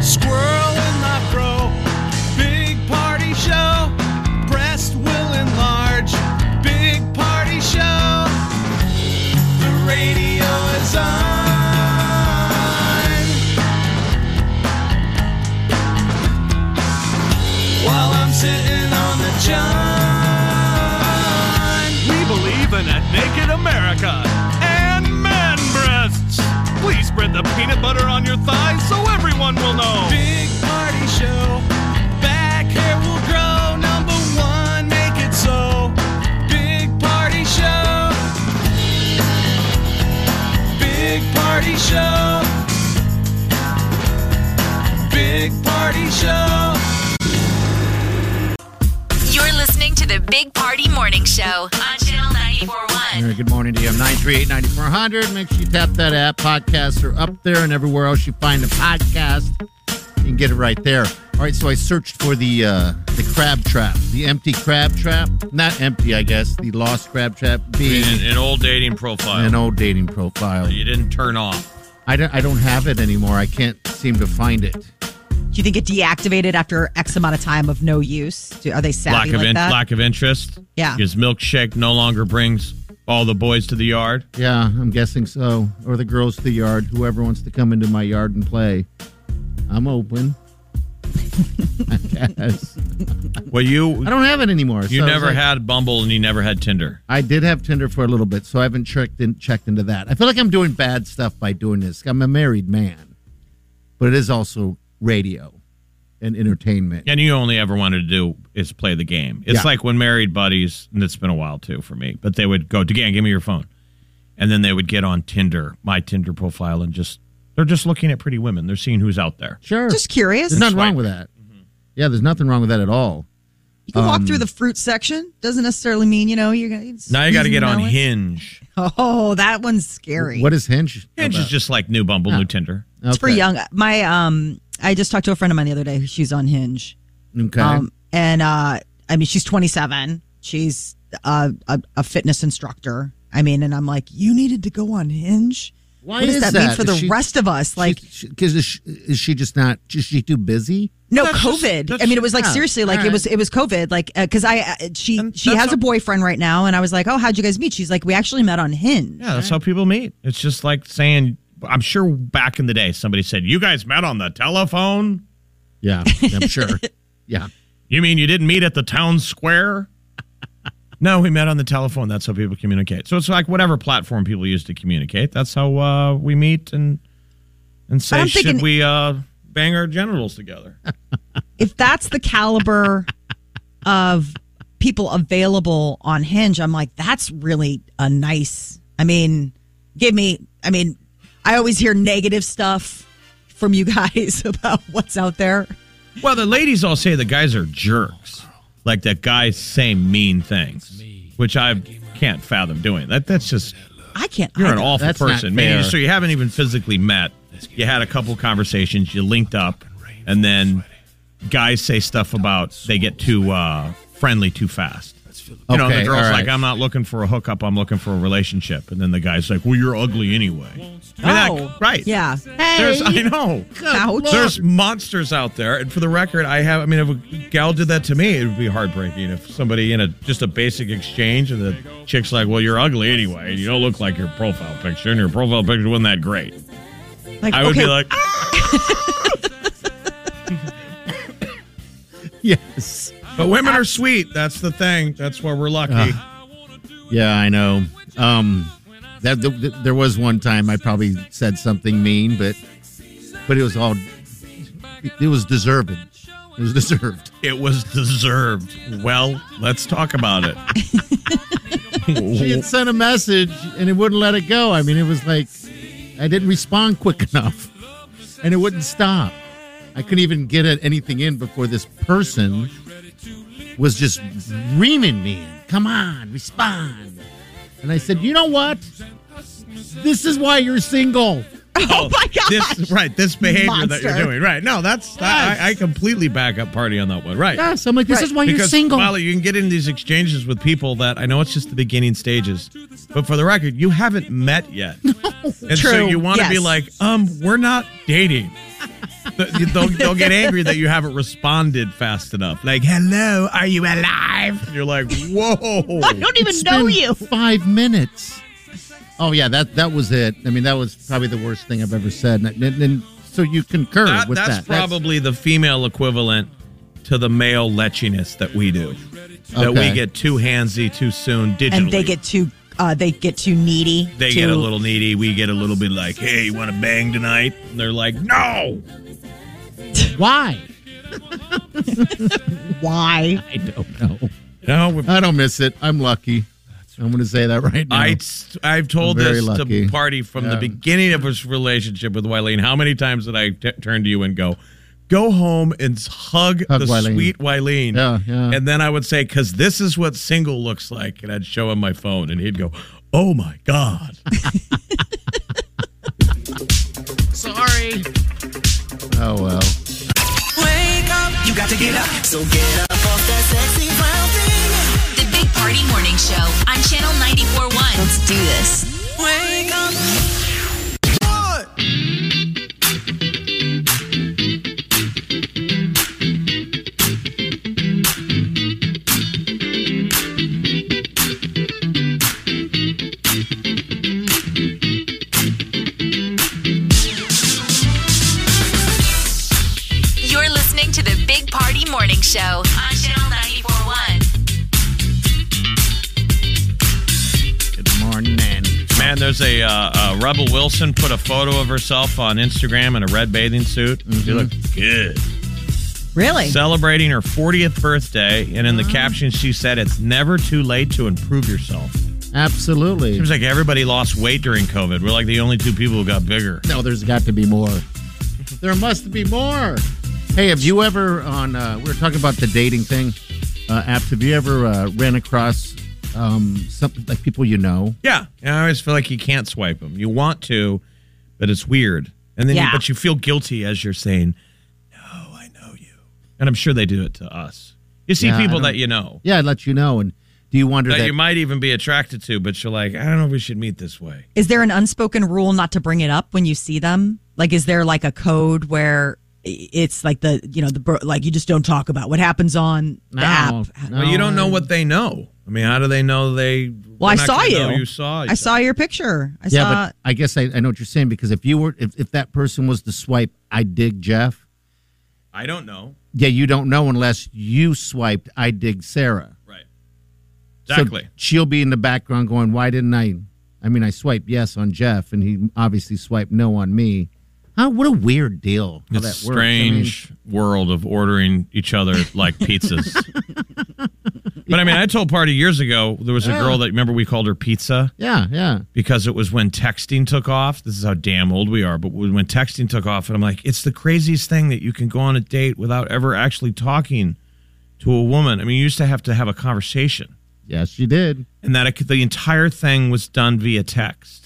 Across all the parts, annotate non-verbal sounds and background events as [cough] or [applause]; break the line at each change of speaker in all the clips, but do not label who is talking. Squirrel in my fro, big party show. Breast will enlarge, big party show. The radio is on. While I'm sitting on the john. We believe in a naked America and man breasts. Please spread the peanut butter on your thighs so everyone will know. Big party show. Back hair will grow. Number one, make it so. Big party show. Big party show. Big party show.
You're listening to the Big Party Morning Show on Channel 941.
All right, good morning to you. 938 9400. Make sure you tap that app. Podcasts are up there and everywhere else you find a podcast. You can get it right there. All right, so I searched for the uh, the crab trap, the empty crab trap. Not empty, I guess. The lost crab trap being
an, an old dating profile.
an old dating profile.
you didn't turn off.
I don't, I don't have it anymore. I can't seem to find it.
Do you think it deactivated after X amount of time of no use? Do, are they
Lack
savvy
of
like
in-
that?
lack of interest.
Yeah.
His milkshake no longer brings all the boys to the yard.
Yeah, I'm guessing so. Or the girls to the yard, whoever wants to come into my yard and play. I'm open. I guess.
Well, you
I don't have it anymore.
you
so it's
never
like-
had Bumble and you never had Tinder.
I did have Tinder for a little bit, so I haven't checked in, checked into that. I feel like I'm doing bad stuff by doing this. I'm a married man, but it is also radio and entertainment.
And you only ever wanted to do is play the game. It's
Yeah.
like when married buddies, and it's been a while too for me, but they would go, Dan, give me your phone. And then they would get on Tinder, my Tinder profile, and just, they're just looking at pretty women. They're seeing who's out there.
Sure,
Just curious.
there's nothing
swipe.
wrong with that.
Mm-hmm.
Yeah, there's nothing wrong with that at all.
you can walk through the fruit section. Doesn't necessarily mean you know you're gonna. it's
Um, Now you got to
easy
get
know
on
it.
Hinge.
Oh, that one's scary.
What is Hinge?
Hinge is just like new
Oh.
Bumble, new Tinder.
It's for young. My um, I just talked to a friend of mine the other day. who She's on Hinge.
Okay.
Um, and uh, I mean, she's 27. She's a, a, a fitness instructor. I mean, and I'm like, you needed to go on Hinge.
Why
what does
is
that, mean
that?
for the
Is she-
rest of us? Like,
because is, she- is she just not? Is she
[laughs]
too busy?
no
That's just-
COVID.
that's-
I mean, it was like
yeah,
seriously, like
alright.
it was it was COVID. Like, because I uh, she
And
she
that's
has
a-
a boyfriend right now, and I was like, oh, how'd you guys meet? She's like, we actually met on Hinge.
Yeah, that's how people meet. It's just like saying, I'm sure back in the day, somebody said, You guys met on the telephone?
Yeah, I'm
[laughs]
sure. Yeah,
You mean you didn't meet at the town square? no, we met on the telephone. That's how people communicate. So it's like whatever platform people use to communicate, that's how uh, we meet and and say,
I'm
Should
thinking-
we uh, bang our genitals together?
If that's the caliber of people available on Hinge, I'm like, that's really a nice. I mean, give me. I mean, I always hear negative stuff from you guys [laughs] about what's out there.
well, the ladies all say the guys are jerks. Like that guys say mean things, which I can't fathom doing. That That's just.
I can't.
You're an
either.
awful
That's not
person, man.
fair.
So you haven't even physically met. You had a couple conversations. You linked up, and then guys say stuff about they get too uh, friendly too fast. You know,
Okay,
the girl's
all
like,
right.
"I'm not looking for a hookup. I'm looking for a relationship." And then the guy's like, "Well, you're ugly anyway." I mean, that-
Oh,
right?
Yeah.
[laughs] There's, I know.
Ouch.
There's monsters out there, and for the record, I have. I mean, if a gal did that to me, it would be heartbreaking. If somebody in a just a basic exchange, and the chick's like, "Well, you're ugly anyway, and you don't look like your profile picture, and your profile picture wasn't that great,"
Like,
I would
okay,
be like,
yes.
"But women are sweet. That's the thing. That's why we're lucky."
Yeah, I know. Um, that th- th- there was one time I probably said something mean, but but it was all it, it was deserved. It was [laughs] deserved.
it was deserved. Well, let's talk about it.
she had sent a message and it wouldn't let it go. I mean, it was like I didn't respond [laughs] quick enough, and it wouldn't stop. I couldn't even get it- anything in before this person was just reaming me. Come on, respond. And I said, you know what? This is why you're single.
[laughs] [laughs] Oh my god!
This right, this behavior that
Monster.
you're doing. Right. No, that's I, I completely back up party on that one. Right.
Yes, I'm like, this is why you're
because
single.
Molly, you can get in these exchanges with people that I know it's just the beginning stages, but for the record, you haven't met yet, and so
True.
you want to be
Yes.
like, um, we're not dating. Th- they'll, they'll get angry that you haven't responded fast enough. Like, hello, are you alive? And you're like, whoa.
I don't even
It's
know
been
you.
Five minutes. Oh yeah, that that was it. I mean, that was probably the worst thing I've ever said. And, and- and so you concur
That-
with
that's
that?
probably the female equivalent to the male leechiness that we do. That
Okay.
we get too handsy too soon digitally.
And they get too, uh, they get too needy.
they
too,
get a little needy. We get a little bit like, "Hey, you want to bang tonight?" And they're like, "No."
why.
Why?
I don't know.
No, we-
I don't miss it. I'm lucky. I'm going to say that right now.
I I've told
I'm very
this
lucky.
to party from the
Yeah.
beginning of his relationship with Wileen. How many times did I t- turn to you and go, "Go home and hug,
Hug
the
Wileen.
sweet Wileen"?
Yeah, yeah.
And then I would say, "Cause this is what single looks like," and I'd show him my phone, and he'd go, "Oh my
[laughs]
god."
Sorry. Oh well.
You got to get up. So get up off that sexy brown thing.
The Big Party Morning Show on Channel 94.1. Let's do this.
Wake up. One.
You're listening to the Big Party Morning Show on Channel 94.1.
Good morning.
Man, there's a, uh, uh Rebel Wilson put a photo of herself on Instagram in a red bathing suit.
Mm-hmm.
She looked good.
Really?
Celebrating her 40th birthday, and in the caption she said, "It's never too late to improve yourself."
Absolutely.
Seems like everybody lost weight during COVID. We're like the only two people who got bigger.
No, there's got to be more. There must be more. Hey, have you ever on? Uh, we were talking about the dating thing. Uh, apps. Have you ever uh, ran across um, something like people you know?
Yeah, and I always feel like you can't swipe them. You want to, but it's weird, and then you,
Yeah.
but you feel guilty as you're saying, "No, I know you," and I'm sure they do it to us. You see
Yeah, I
people
don't-
that you know.
Yeah, I'd let you know. And do you wonder
that,
that?
you might even be attracted to, but you're like, I don't know if we should meet this way.
Is there an unspoken rule not to bring it up when you see them? Like, is there like a code where i- it's like the you know the bro- like you just don't talk about what happens on the
No,
app?
no.
Well, you don't know
Um.
what they know. I mean, how do they know they?
Well,
we're
I
not
saw
gonna
you.
know You saw.
I saw your picture. I
yeah,
saw.
Uh,
but I guess I, I know what you're saying because if you were, if, if that person was to swipe, I dig Jeff.
I don't know.
Yeah, you don't know unless you swiped, I dig Sarah.
Right.
So
Exactly.
she'll be in the background going, why didn't I? I mean, I swiped yes on Jeff, and he obviously swiped no on me. Huh? What a weird deal. How
it's
that
a
works. I mean,
strange world of ordering each other like
[laughs]
pizzas. but I mean, I told Party years ago there was a girl that remember we called her Pizza
yeah, yeah.
because it was when texting took off. This is how damn old we are. But when when texting took off, and I'm like, it's the craziest thing that you can go on a date without ever actually talking to a woman. I mean, you used to have to have a conversation,
Yes, she did. [laughs]
and that it, the entire thing was done via text.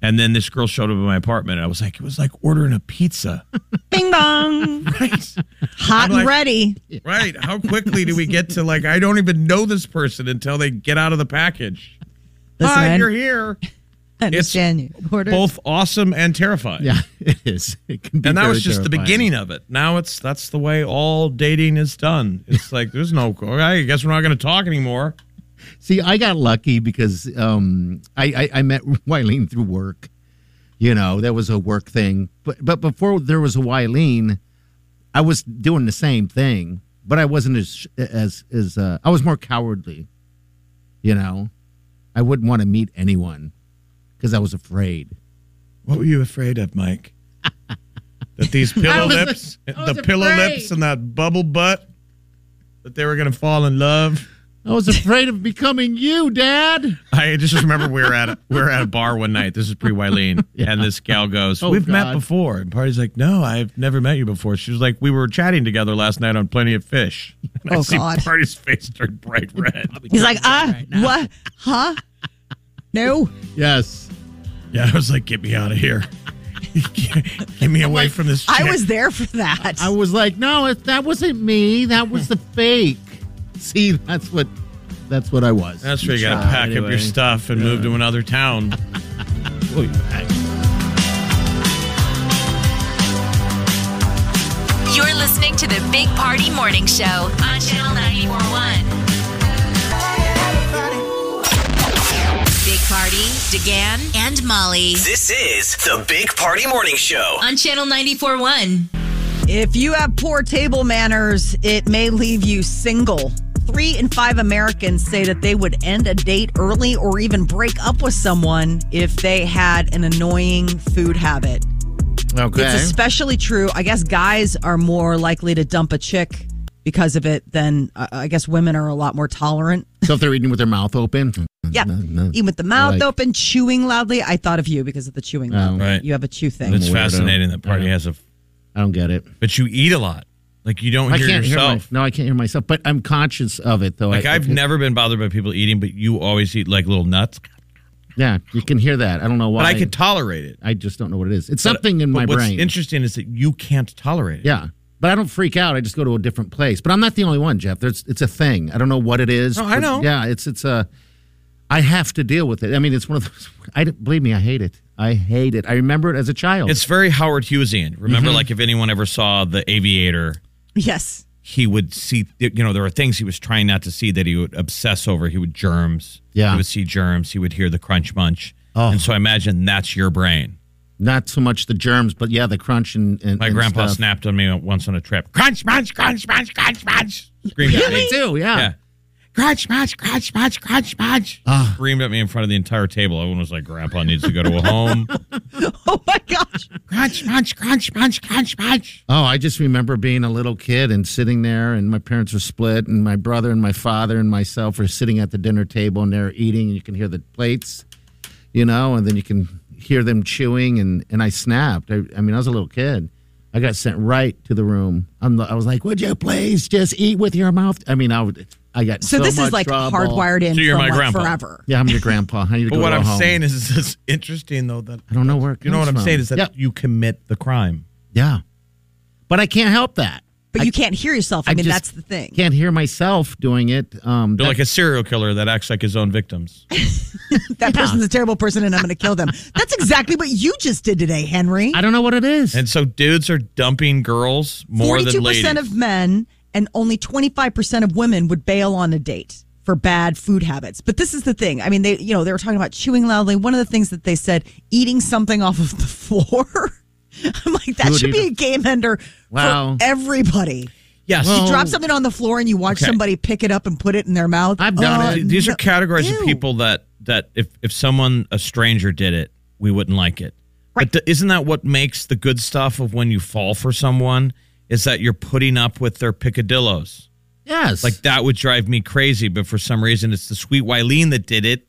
And then this girl showed up in my apartment, and I was like, it was like ordering a pizza. [laughs]
Bing bong,
right.
hot
I'm like-
and ready.
Right. How quickly do we get to like, I don't even know this person until they get out of the package?
Listen,
Hi,
I
you're here.
I understand you. Order.
Both awesome and terrifying.
Yeah, it is. It can be
and that
very
was just the
terrifying.
beginning of it. Now it's that's the way all dating is done. It's like there's no. Okay, I guess we're not going to talk anymore.
See, I got lucky because um, I, I I met [laughs] Wileen through work. You know, that was a work thing. But but before there was a Wileen, I was doing the same thing, but I wasn't as as as uh, I was more cowardly. You know, I wouldn't want to meet anyone because I was afraid.
What were you afraid of, Mike? that
[laughs]
these pillow
was-
lips,
I was
the pillow
afraid.
lips, and that bubble butt, that they were going to fall in love.
I was afraid of becoming you, Dad.
I just remember we were at a, we were at a bar one night. This is pre
[laughs]
Wileen, and this gal goes,
Oh,
"We've met
God.
before." And Party's like, "No, I've never met you before." She was like, "We were chatting together last night on Plenty of Fish." [laughs] And I
Oh,
see
God.
Party's face turn
[laughs]
bright red.
He's like, uh, what? Huh? No.
Yes.
Yeah, I was like, "Get me out of here! [laughs] Get me away from this."
I
chick."
was there for that.
I was like, no, if that wasn't me. That was the fake. See, that's what that's what I was.
That's where you got to pack up your stuff and move to another town.
You're listening to the Big Party Morning Show on Channel 941. Big Party, DeGan, and Molly
This is the Big Party Morning Show.
on Channel 941.
If you have poor table manners, it may leave you single. Three in five Americans say that they would end a date early or even break up with someone if they had an annoying food habit.
Okay.
It's especially true. I guess guys are more likely to dump a chick because of it than uh, I guess women are a lot more tolerant.
so if they're eating with their mouth open.
Yeah.
No, no.
Even with the mouth
Like-
open, chewing loudly. I thought of you because of the chewing.
Oh.
loudly.
right.
You have a chew thing.
It's fascinating that Party has a,
I don't get it.
but you eat a lot. Like you don't
I
hear
can't
yourself.
hear my, No, I can't hear myself, but I'm conscious of it though.
like
I,
I've
I-
never been bothered by people eating, but you always eat like little nuts.
Yeah, you can hear that. I don't know why.
But I could tolerate it.
I just don't know what it is. It's
But- uh,
something in
but
my
what's
brain.
interesting is that you can't tolerate it.
yeah. But I don't freak out. I just go to a different place. But I'm not the only one, Jeff. There's it's a thing. I don't know what it is.
No, I
but
know.
Yeah, it's it's a I have to deal with it. I mean, it's one of those I don't- believe me, I hate it. I hate it. I remember it as a child.
It's very Howard Hughesian.
Mm-hmm.
Remember, like if anyone ever saw The Aviator,
[laughs] Yes. [laughs]
he would see. You know, there were things he was trying not to see that he would obsess over. He would germs.
Yeah. Oh.
he would see germs. He would hear the crunch munch. And so I imagine that's your brain.
not so much the germs, but yeah, the crunch and, and
My
and
grandpa
stuff.
snapped on me once on a trip. Crunch munch, crunch munch, crunch munch. Screamed at me.
They do, yeah.
Yeah. Crunch munch, crunch munch, crunch munch. Screamed at me in front of the entire table. Everyone was like, "Grandpa needs to go to a
[laughs]
home."
Oh my gosh.
crunch munch, crunch munch, crunch munch.
Oh, I just remember being a little kid and sitting there, and my parents were split, and my brother and my father and myself were sitting at the dinner table, and they're eating, and you can hear the plates, you know, and then you can hear them chewing, and and I snapped. I, I mean, I was a little kid. I got sent right to the room. I'm, the- I was like, "Would you please just eat with your mouth?" I mean, I would. I got
So,
so,
this
much
is like
trouble.
hardwired in
So you're
from
my
like
grandpa.
forever.
Yeah, I'm your grandpa. I need to
But
go
what
to a
I'm
home.
saying is, it's interesting though that
I don't know where it
you know
comes
what I'm
from.
saying is that
yeah,
you commit the crime.
yeah, but I can't help that.
But you can't hear yourself. I, mean,
just
that's the thing.
Can't hear myself doing it. Um,
You're like a serial killer that acts like his own
[laughs]
victims.
That person's a terrible person and I'm going to kill them. That's exactly what you just did today, Henry.
I don't know what it is.
And so dudes are dumping girls more than
42%
ladies.
of men and only 25% of women would bail on a date for bad food habits. But this is the thing. I mean, they, you know, they were talking about chewing loudly. One of the things that they said, eating something off of the [laughs] floor. I'm like, that
Dude,
should be
you-
a game ender
Wow.
for everybody.
yes.
Well,
Drop something on the floor and you watch
Okay.
somebody pick it up and put it in their mouth.
I've done
Oh,
it.
These are
no.
categories of
Ew.
people that that if if someone a stranger did it, we wouldn't like it. But th- isn't that what makes the good stuff of when you fall for someone is that you're putting up with their picadillos?
yes,
Like that would drive me crazy, but for some reason it's the sweet Wileen that did it.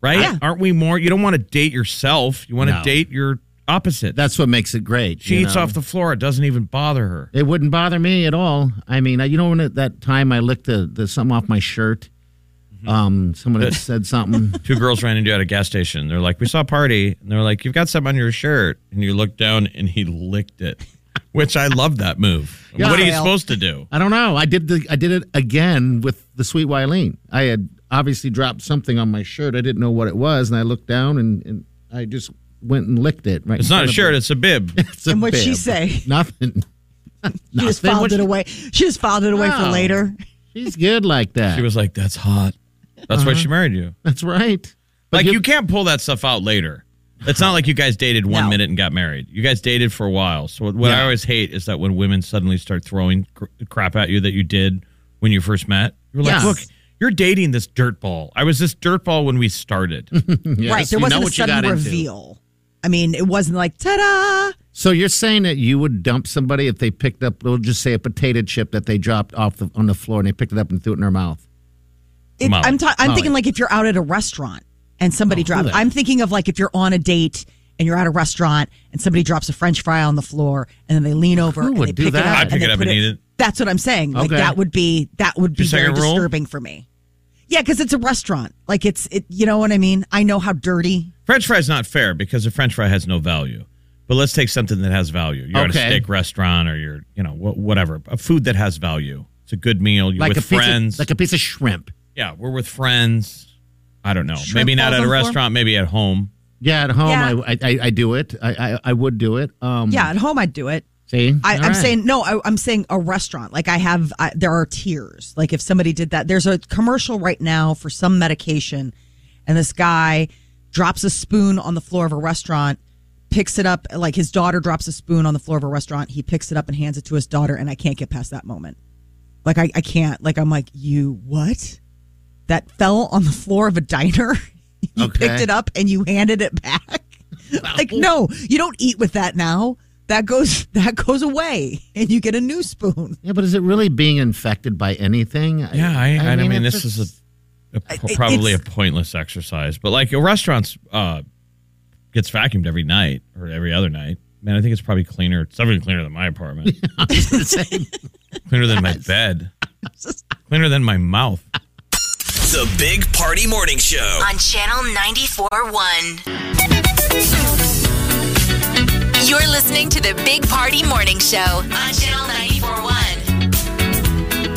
Right?
Yeah.
Aren't we more you don't want to date yourself. You want to
No.
date your opposite.
that's what makes it great.
she
you
eats
know?
off the floor, it doesn't even bother her.
It wouldn't bother me at all. I mean, you know, when at that time I licked the, the something off my shirt.
Mm-hmm.
Um, someone
[laughs]
had said something.
two girls ran into you at a gas station. They're like, "We saw a party," and they're like, "You've got something on your shirt." And you look down, and he licked it, which I love that move.
[laughs] Yeah.
what are you
Well.
supposed to do?
I don't know. I did the I did it again with the sweet Wileen. I had obviously dropped something on my shirt. I didn't know what it was, and I looked down and, and I just went and licked it. Right,
It's not a shirt; it's a bib.
[laughs] It's a
And what'd she
bib.
say?
Nothing.
She just
Nothing.
filed
What'd
it
she-
away. She just filed it away for
Oh.
Wow.
later.
She's good like that.
She was like, "That's hot." That's why she married you.
That's right. Uh-huh. But
Like
you-
you can't pull that stuff out later. It's not like you guys dated one
No.
minute and got married. You guys dated for a while. So what, what I
Yeah.
always hate is that when women suddenly start throwing cr- crap at you that you did when you first met, you're like,
Yes.
"Look, you're dating this dirtball. I was this dirtball when we started."
Yes,
right. There
you know
wasn't a
what you got
sudden
into.
reveal. I mean, it wasn't like, ta da.
So you're saying that you would dump somebody if they picked up, we'll just say a potato chip that they dropped off the, on the floor and they picked it up and threw it in their mouth.
It,
Molly.
I'm ta- I'm
Molly. Oh,
thinking like if you're out at a restaurant and somebody drops. I'm thinking of like if you're on a date and you're at a restaurant and somebody drops a French fry on the floor and then they lean over and
would
they
do
pick
that?
it up.
I'd
and
pick
they
it up
put
and eat it.
That's what I'm saying. Like
Okay.
that would be that would be
Your
very
second rule?
disturbing for me. Yeah, because it's a restaurant. Like it's it. You know what I mean? I know how dirty.
French fry is not fair because a French fry has no value. But let's take something that has value. You're
Okay.
at a steak restaurant or you're, you know, wh- whatever. A food that has value. It's a good meal. You're
Like
with
a
friends.
piece of, like a piece of shrimp.
yeah, we're with friends. I don't know.
Shrimp
maybe not at
balls on
a
the floor?
restaurant, maybe at home.
Yeah, at home
Yeah.
I, I I do it. I I, I would do it. Um,
Yeah, at home I'd do it.
See,
I,
All
I'm
right.
saying no. I, I'm saying a restaurant. Like I have, I, there are tiers. Like if somebody did that, there's a commercial right now for some medication, and this guy drops a spoon on the floor of a restaurant, picks it up. Like his daughter drops a spoon on the floor of a restaurant. He picks it up and hands it to his daughter, and I can't get past that moment. Like I, I can't. Like I'm like you. What? That fell on the floor of a diner. [laughs] you
Okay.
picked it up and you handed
[laughs]
it back. like no, you don't eat with that now. That goes that goes away, and you get a new spoon.
Yeah, but is it really being infected by anything?
Yeah, I, I, mean, this
it's
is
just- [laughs]
a, a po- probably a
it's-
pointless exercise. But like a restaurant's uh, gets vacuumed every night or every other night. Man, I think it's probably cleaner. It's definitely cleaner than my apartment. cleaner than my bed. cleaner than my mouth.
The Big Party Morning Show.
on Channel 94.1. You're listening to the Big Party Morning Show on Channel 94.1.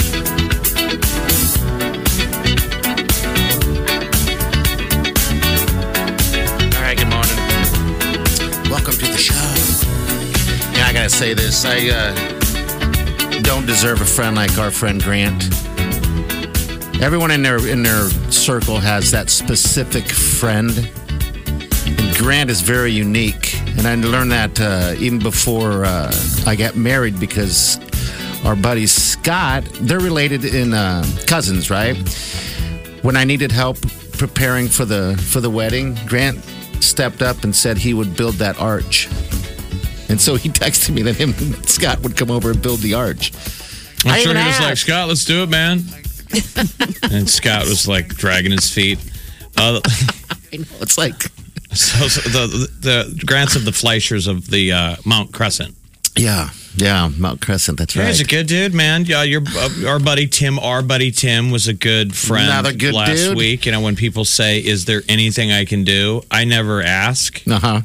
All right, good morning. Welcome to the show. Yeah, I gotta say this. I uh, don't deserve a friend like our friend Grant. Everyone in their in their circle has that specific friend, and Grant is very unique. And I learned that uh, even before uh, I got married because our buddy Scott, they're related in uh, cousins, right? when I needed help preparing for the for the wedding, Grant stepped up and said he would build that arch. And so he [laughs] texted me that him and Scott would come over and build the arch.
I'm
I
sure
even
he was like,
asked.
Scott, let's do it, [laughs] man. and Scott was like dragging his feet. Uh, [laughs]
I know, it's like,
so, so the, the grants of the Fleischers of the uh, Mount Crescent.
yeah, yeah, Mount Crescent. That's right.
He's a good dude, man. Yeah, your uh, our buddy Tim, our buddy Tim was a good friend
Another good
last
dude.
week. You know, when people say, "Is there anything I can do?" I never ask.
Uh huh.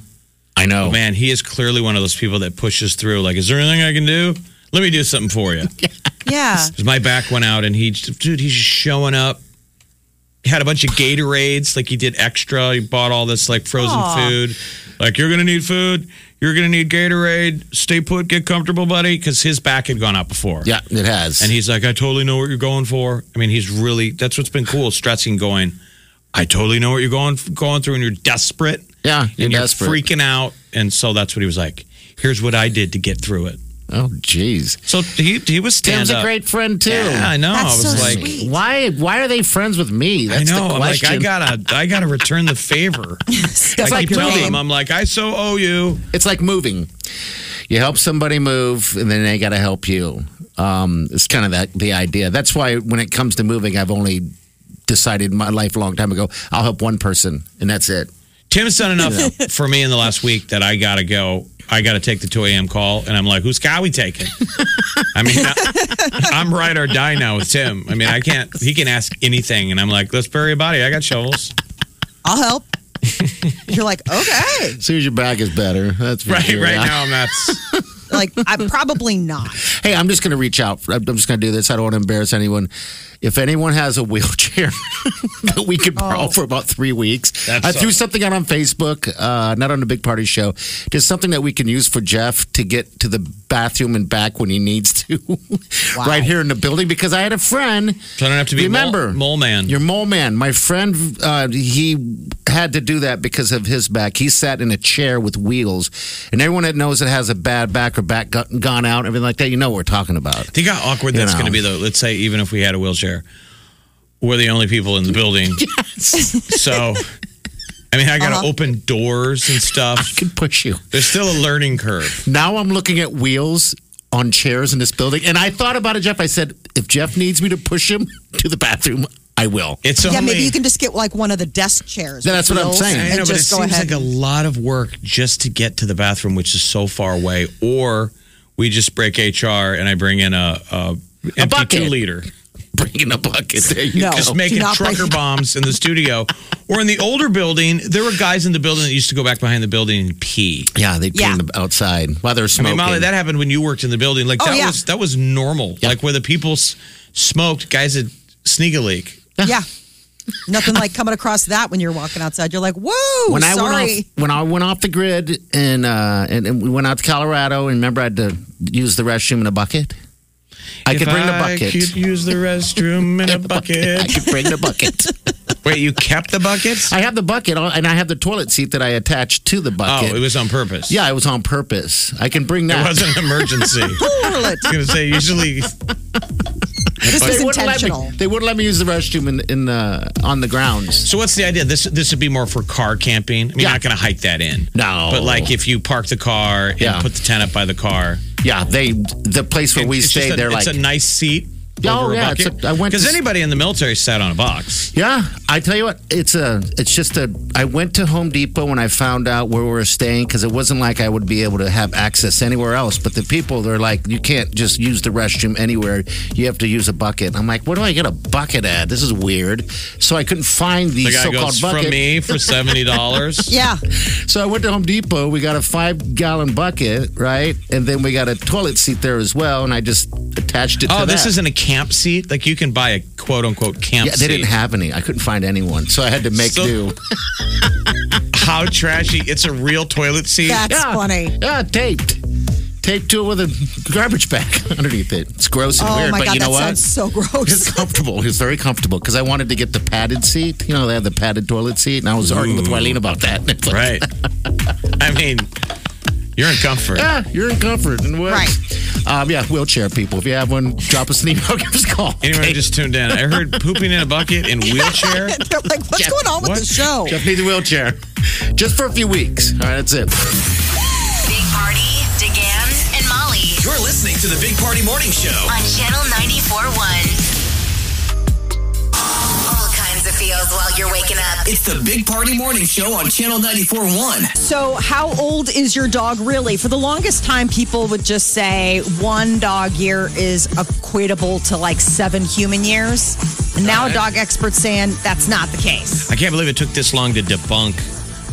I know.
Man, he is clearly one of those people that pushes through. Like, is there anything I can do? Let me do something for you.
[laughs] Yeah,
'Cause my back went out, and he, dude, he's just showing up. He had a bunch of Gatorades, like he did extra. He bought all this like frozen
Aw.
food. Like, you're gonna need food. You're gonna need Gatorade. Stay put. Get comfortable, buddy, because his back had gone out before.
Yeah, it has.
And he's like, I totally know what you're going for. I mean, he's really that's what's been cool, stretching going, I totally know what you're going going through and you're desperate.
yeah, you're
and you're
desperate.
freaking out. And so that's what he was like. Here's what I did to get through it.
oh, jeez.
So he he was stand
Tim's
up.
a great friend too.
yeah, I know.
That's
I was
so
like
sweet.
Why? Why are they friends with me?
I
That's
know.
the
I'm like,
question.
I gotta I gotta return the favor. I
like
keep
your
telling
name.
him, I'm like, I so owe you.
It's like moving. You help somebody move, and then they got to help you. Um, it's kind of that the idea. That's why when it comes to moving, I've only decided my life a long time ago. I'll help one person, and that's it.
Tim's done enough for me in the last week that I gotta go. I gotta take the 2 a.m. call, and I'm like, whose guy we taking? I mean, I, I'm ride or die now with Tim. I mean, I can't. He can ask anything, and I'm like, let's bury a body. I got shovels.
I'll help. [laughs] You're like okay,
As soon as your back is better, that's for
Right,
sure.
right now I'm not.
like I'm probably not.
Hey, I'm just going to reach out. For, I'm just going to do this. I don't want to embarrass anyone. If anyone has a wheelchair [laughs] that we could borrow for about three weeks,
That's
I threw
a-
something out on Facebook, uh, not on the big party show, just something that we can use for Jeff to get to the bathroom and back when he needs to, [laughs] right here in the building. Because I had a friend.
So I don't have to be
Remember,
mole, mole man.
Your mole man. My friend, uh, he had to do that because of his back. He sat in a chair with wheels, and everyone that knows that has a bad back or back go- gone out, everything like that, you know what we're talking about.
Think how awkward
You
that's
know.
going to be, though. Let's say even if we had a wheelchair, we're the only people in the
[laughs]
building. So, I mean, I got to
Uh-huh.
open doors and stuff.
Can push you.
There's still a learning curve.
Now I'm looking at wheels on chairs in this building, and I thought about it, Jeff. I said, if Jeff needs me [laughs] to push him to the bathroom, I will. [laughs]
It's
yeah,
only,
maybe you can just get like one of the desk chairs.
Yeah,
with
that's what I'm
wheels
saying.
I know,
And
but it
just go
seems
ahead.
like a lot of work just to get to the bathroom, which is so far away. Or we just break HR and I bring in a, a, empty
bucket.
two liter.
Bring in a bucket. There you
No.
go.
Just
Oh, do
making
not
trucker
break-
bombs in the studio. Or in the older building, there were guys in the building that used to go back behind the building and pee.
Yeah, they
Yeah.
clean the outside while they're
I
smoking.
mean, Molly, that happened when you worked in the building. Like
Oh,
that
yeah.
was that was normal. Like where the people s- smoked, guys would sneak a leak.
[laughs]
yeah. Nothing like coming across that when you're walking outside. You're like, whoa,
when I
sorry.
went off when I went off the grid and uh, and, and we went out to Colorado and remember I had to use the restroom in a bucket. I could
If
bring the
I
bucket.
could use the restroom in a
[laughs] I [laughs]
bucket.
could bring the
[laughs]
bucket.
Wait, you kept the buckets?
I have the bucket on- and I have the toilet seat that I attached to the
[laughs] Oh,
bucket.
it was on purpose.
yeah, it was on purpose. I can bring
It
that.
was an
[laughs]
emergency. I
Toilet.
was going to say, usually,
This was
They wouldn't, let
intentional.
me, they wouldn't let me use the restroom in, in uh, on the grounds.
so what's the idea? This this would be more for car camping. I mean,
Yeah.
you're not going to hike that in.
No.
But like if you park the car and
Yeah.
put the tent up by the car.
Yeah, they the place where
and
we
it's
stayed.
just a-
they're
It's
like,
a nice seat.
Yeah, oh,
over a
yeah, it's
bucket.
a- I went to
Because
s-
anybody in the military sat on a box.
yeah. I tell you what, it's a, it's just a. I went to Home Depot when I found out where we were staying because it wasn't like I would be able to have access anywhere else. But the people, they're like, you can't just use the restroom anywhere. You have to use a bucket. I'm like, what do I get a bucket at? This is weird. So I couldn't find
The
these
guy
so-called
goes,
buckets.
from me
[laughs]
for $70.
Yeah.
So I went to Home Depot. We got a five gallon bucket, right? And then we got a toilet seat there as well. And I just attached it to
Oh, this
that.
isn't a camp seat. Like you can buy a quote unquote camp
Yeah, they didn't
seat.
have any. I couldn't find anyone. So I had to make
So-
do.
How trashy! It's a real toilet seat.
That's
Yeah.
funny.
Yeah, Ah, taped. Taped to it with a garbage bag [laughs] underneath it. It's gross and
Oh
weird,
my
but
God,
you know
that
what?
sounds
[laughs]
so
It's
gross. [laughs]
comfortable. It's very comfortable because I wanted to get the padded seat. You know, they have the padded toilet seat, and I was arguing with Wileen about that. [laughs] It's like,
Right. I mean, you're in comfort.
Yeah, "Ah, you're in comfort. And what?
Right.
Um, yeah, wheelchair people. If you have one, drop us an email, [laughs] give us a call.
Anyone who just tuned in, I heard pooping in a bucket
[laughs]
in wheelchair.
They're like, what's going on with
what?
the show?
Jeff needs a wheelchair. Just for a few weeks. All right, that's it.
Big Party, DeGan, and Molly
You're listening to the Big Party Morning Show.
on Channel 94.1. All kinds of feels while you're waking up.
It's the Big Party Morning Show on Channel 94.1.
So, how old is your dog really? For the longest time, people would just say one dog year is equatable to like seven human years. And now, dog experts saying that's not the case.
I can't believe it took this long to debunk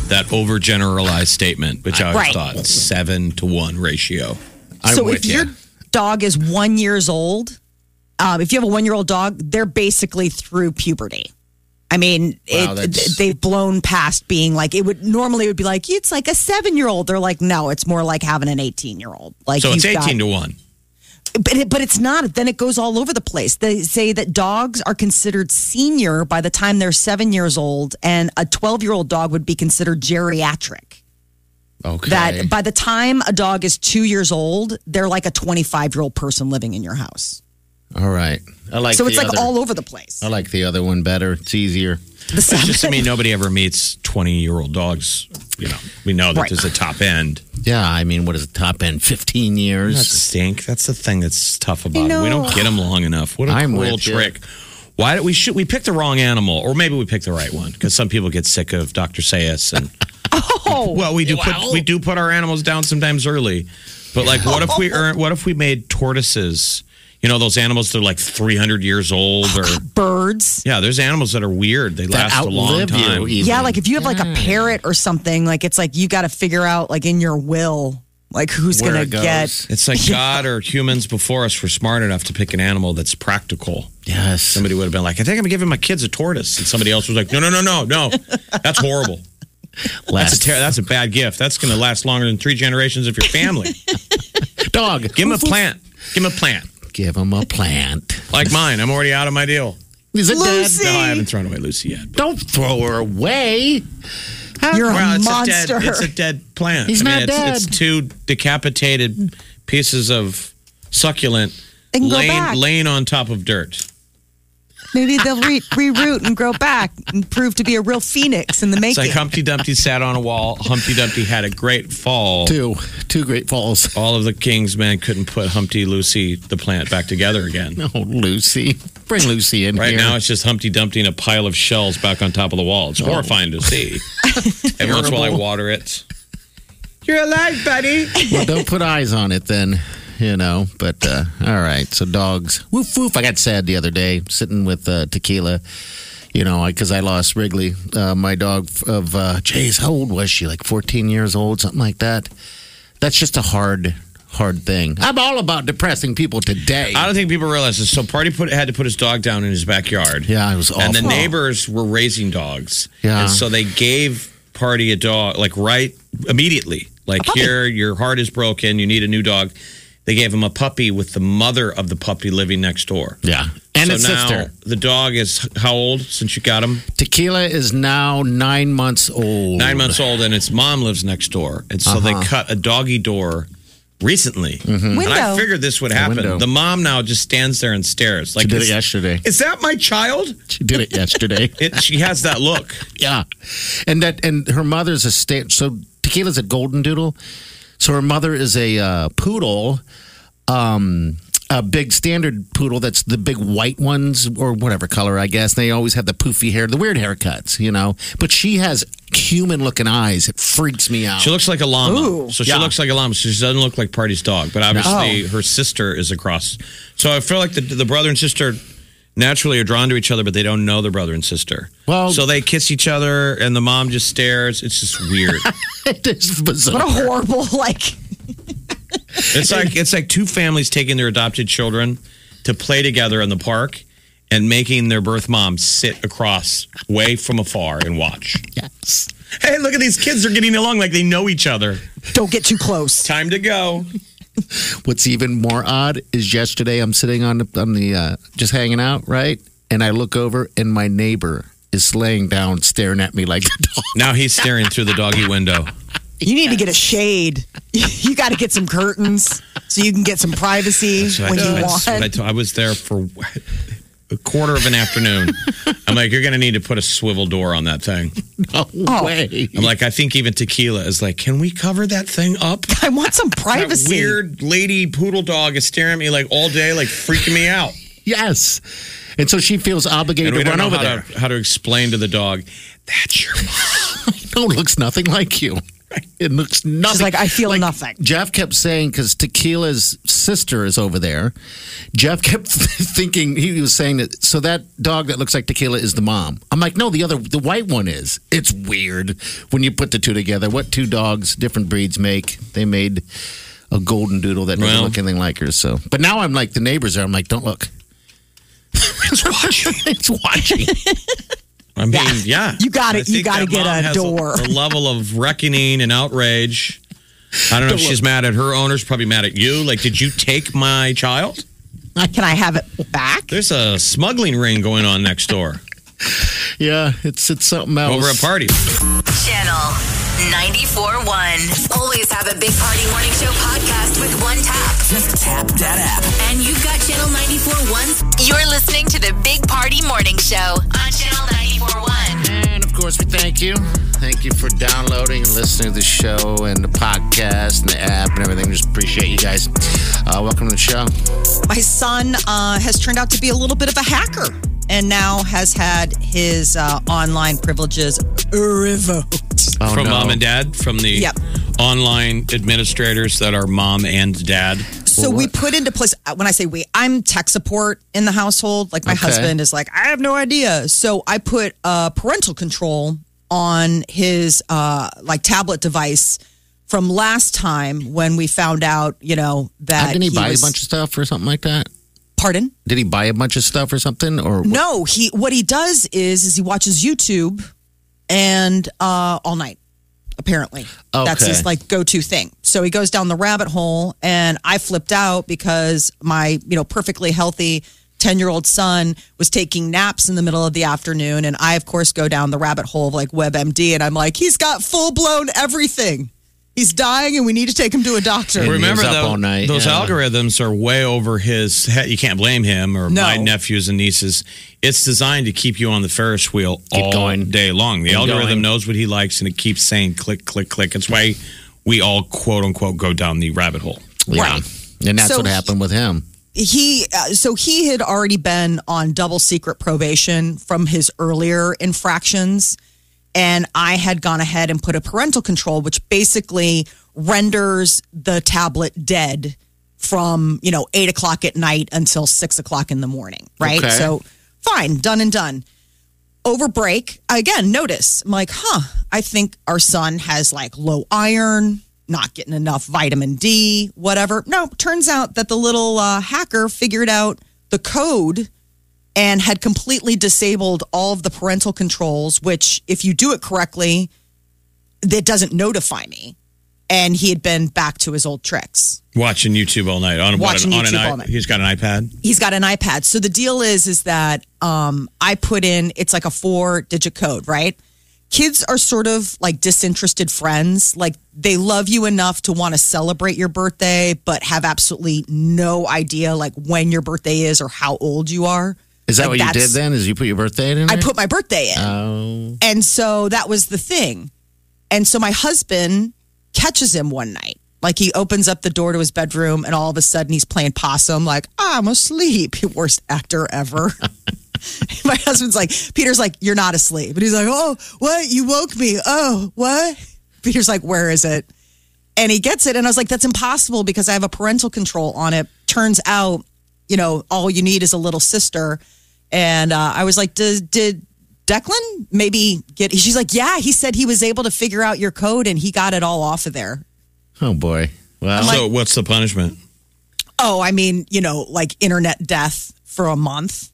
that overgeneralized statement, which I always
Right.
thought seven to one ratio.
I'm
so,
with
if your
ya.
dog is one years old, um, if you have a one year old dog, they're basically through puberty. I mean,
Wow,
it,
that's-
they've blown past being like it would normally it would be like it's like a seven year old. They're like, no, it's more like having an eighteen year old. Like
So it's
you've got-
eighteen to one.
but it, but it's not. Then it goes all over the place. They say that dogs are considered senior by the time they're seven years old, and a twelve-year-old dog would be considered geriatric.
Okay.
That by the time a dog is two years old, they're like a twenty-five-year-old person living in your house.
all right. I like
so
the
it's like
other-
all over the place.
I like the other one better. It's easier.
The
Oh. It's just I
seven-
mean nobody ever meets twenty year old dogs. You know, we know that
Right.
there's a top end.
Yeah, I mean, what is the top end? 15 years.
That stink. That's the thing that's tough about it. We
know.
don't get them long enough. What a
I'm
cruel
with you.
trick. Why did we should we pick the wrong animal, or maybe we picked the right one? Because some people get sick of Dr. Seuss, and
oh,
well, we do put we do put our animals down sometimes early. But like, what if we earn, what if we made tortoises? You know those animals that are like three hundred years old, or
birds.
yeah, there's animals that are weird. They
That
last a long
outlive you,
time.
even.
Yeah, like if you have like a parrot or something, like it's like you got to figure out like in your will, like who's
Where
gonna
it goes.
get.
It's
[laughs]
like God or humans before us were smart enough to pick an animal that's practical.
Yes.
Somebody would have been like, I think I'm giving my kids a tortoise. And somebody else was like, No, no, no, no, no. That's horrible. That's a,
Last
ter- that's a bad gift. That's going to last longer than three generations of your family.
dog.
Give him a plant. Give him a plant.
Give him a plant.
Like mine. I'm already out of my deal.
Is it
Lucy.
No,
dead?
Oh, I haven't thrown away Lucy yet.
Don't throw her away. How-
You're
Well,
a
it's
monster.
A dead, it's a dead plant.
He's
I mean,
not
it's,
dead.
it's two decapitated pieces of succulent
They can go
laying,
back.
laying on top of dirt.
Maybe they'll re- reroot and grow back and prove to be a real phoenix in the
It's
making.
like Humpty Dumpty sat on a wall. Humpty Dumpty had a great fall.
two. Two great falls. [laughs]
All of the king's men couldn't put Humpty Lucy the plant back together again.
Oh, Lucy. Bring Lucy in
Right
here.
now, it's just Humpty Dumpty and a pile of shells back on top of the wall. It's horrifying to see. [laughs] Every once in a while, I water it. You're alive, buddy.
well, don't put eyes on it then, you know. But uh, all right, so dogs. Woof woof. I got sad the other day sitting with uh, tequila. You know, because I, lost Wrigley, uh, my dog of uh, Jay's. How old was she? Like fourteen years old, something like that. That's just a hard, hard thing. I'm all about depressing people today.
I don't think people realize this. So, Party put had to put his dog down in his backyard.
yeah, it was awful.
And the neighbors were raising dogs.
Yeah.
And so they gave Party a dog, like right immediately. Like, here, your heart is broken. You need a new dog. They gave him a puppy with the mother of the puppy living next door.
Yeah, and
so
its
now
sister.
the dog is how old since you got him?
Tequila is now nine months old.
Nine months old, and its mom lives next door. And so they
Uh-huh.
cut a doggy door recently. And I
Window.
figured this would happen.
Mm-hmm. window.
The mom now just stands there and stares. Like,
She did it
is,
yesterday.
is that my child?
She did it yesterday.
It, she has that
[laughs]
look.
Yeah, and that and her mother's a state. So tequila's a golden doodle. So her mother is a uh, poodle, um, a big standard poodle. That's the big white ones or whatever color I guess. They always have the poofy hair, the weird haircuts, you know. But she has human-looking eyes. It freaks me out. [laughs]
She looks like a llama. So she
Yeah.
looks like a llama. So she doesn't look like Party's dog, but obviously her sister is across. So I feel like the, the brother and sister naturally are drawn to each other, but they don't know their brother and sister.
Well-
so they kiss each other, and the mom just stares. It's just weird.
it is
What
bizarre.
a horrible like.
it's like it's like two families taking their adopted children to play together in the park. And making their birth mom sit across way from afar and watch.
Yes.
Hey, look at these kids. They're getting along like they know each other.
Don't get too close.
Time to go.
What's even more odd is yesterday I'm sitting on the, on the uh, just hanging out, right? And I look over and my neighbor is laying down staring at me like a dog.
Now he's staring through the doggy window.
You need to get a shade. [laughs] You got to get some curtains so you can get some privacy
So I,
when you
I,
want.
I, told- I was there for a quarter of an afternoon. I'm like, you're going to need to put a swivel door on that thing.
No way.
I'm like, I think even tequila is like, can we cover that thing up?
[laughs] I want some
That
privacy.
weird lady poodle dog is staring at me like all day, like freaking me out.
Yes. And so she feels obligated
And we
to
don't
run
know
over
how
there.
to, how to explain to the dog, that's your mom.
No, Oh, it looks nothing like you. [laughs] It looks nothing.
like, "I feel nothing."
Jeff kept saying, because Tequila's sister is over there. Jeff kept [laughs] thinking, he was saying that, so that dog that looks like Tequila is the mom. I'm like, no, the other, the white one is. It's weird when you put the two together. What two dogs, different breeds make? They made a golden doodle that doesn't
Well.
look anything like her. So, but now I'm like, the neighbors are, I'm like, don't look. It's watching. [laughs]
[laughs]
it's watching.
I mean, yeah.
You
I
gotta- you
think
gotta
that
get
mom
a
has
door.
A, level of reckoning and outrage. I don't know if she's mad at her owners, probably mad at you. Like, did you take my child?
Uh, Can I have it back?
There's a smuggling ring going on next door
Yeah, it's it's something else.
over at parties.
Channel 94.1. Always have a Big Party Morning Show podcast with one tap.
Just tap that app.
And you've got Channel 94.1. You're listening to the Big Party Morning Show on Channel 94.1.
And of course, we thank you. Thank you for downloading and listening to the show and the podcast and the app and everything. Just appreciate you guys. Uh, welcome to the show.
My son uh, has turned out to be a little bit of a hacker and now has had his uh, online privileges revoked.
Oh,
from
no.
mom and dad from the
Yep.
online administrators that are mom and dad.
So we put into place. uh, When I say we, I'm tech support in the household. Like my
Okay.
husband is like, I have no idea. So I put uh, parental control on his uh, like tablet device from last time when we found out, you know, that
Didn't he, buy
was-
a bunch of stuff or something like that?
Pardon?
Did he buy a bunch of stuff or something? Or
No, he. What he does is is he watches YouTube and uh, all night. Apparently, that's
Okay.
his like go to thing. So he goes down the rabbit hole, and I flipped out because my you know perfectly healthy. 10 year old son was taking naps in the middle of the afternoon. And I, of course, go down the rabbit hole of like WebMD and I'm like, he's got full blown everything. He's dying and we need to take him to a doctor.
he
Remember
was up
though,
all night,
those
yeah.
algorithms are way over his head. You can't blame him or
No.
my nephews and nieces. It's designed to keep you on the Ferris wheel all
going.
day long. The
Keep
algorithm
going.
knows what he likes and it keeps saying click, click, click. It's why we all quote unquote go down the rabbit hole.
Yeah.
Right.
And that's
So
what happened with him.
he uh, so he had already been on double secret probation from his earlier infractions and i had gone ahead and put a parental control which basically renders the tablet dead from you know eight o'clock at night until six o'clock in the morning right
Okay.
so fine done and done over break I again notice i'm like huh i think our son has like low iron not getting enough vitamin d whatever no turns out that the little uh, hacker figured out the code and had completely disabled all of the parental controls which if you do it correctly that doesn't notify me and he had been back to his old tricks
Watching YouTube all night on what,
Watching
an, on an
YouTube
i-
all night.
He's got an iPad.
he's got an iPad. So the deal is is that um, I put in it's like a four digit code, right? Kids are sort of like disinterested friends. Like they love you enough to want to celebrate your birthday, but have absolutely no idea like when your birthday is or how old you are.
Is that
Like,
what you
that's-
did then? Is you put your birthday in?
I
there?
put my birthday in.
Oh,
And so that was the thing. And so my husband catches him one night. Like he opens up the door to his bedroom and all of a sudden he's playing possum, like, I'm asleep. [laughs] Worst actor ever. [laughs] my husband's like, Peter's like, You're not asleep. And he's like, Oh, what? You woke me. Oh, what? Peter's like, Where is it? And he gets it. And I was like, That's impossible because I have a parental control on it. Turns out, you know, all you need is a little sister. And uh, I was like, Does, Did Declan maybe get? She's like, Yeah, he said he was able to figure out your code and he got it all off of there.
oh boy. Well,
so what's the punishment?
Oh, I mean, you know, like internet death for a month.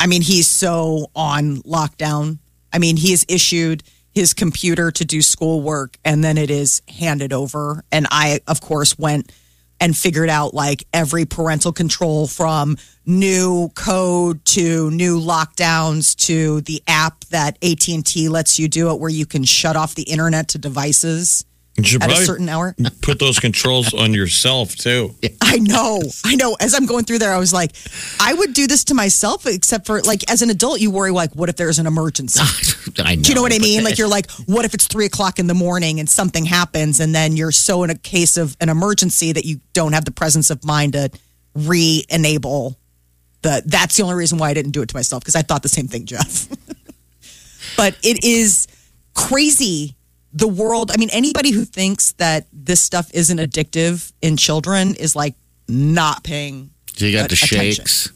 I mean, he's so on lockdown. I mean, he is issued his computer to do schoolwork and then it is handed over. And I, of course, went and figured out like every parental control from new code to new lockdowns to the app that AT&T lets you do it where you can shut off the internet to devices
You should
at a
probably
certain hour.
put those controls on yourself too.
[laughs] I know. I know. As I'm going through there, I was like, I would do this to myself, except for like as an adult, you worry like, what if there's an emergency?
[laughs] I know.
Do you know what I
but
mean? Like
that-
you're like, what if it's three o'clock in the morning and something happens, and then you're so in a case of an emergency that you don't have the presence of mind to re-enable the. That's the only reason why I didn't do it to myself because I thought the same thing, Jeff. [laughs] but it is crazy. The world. I mean, anybody who thinks that this stuff isn't addictive in children is like not paying
So you got the
attention.
shakes.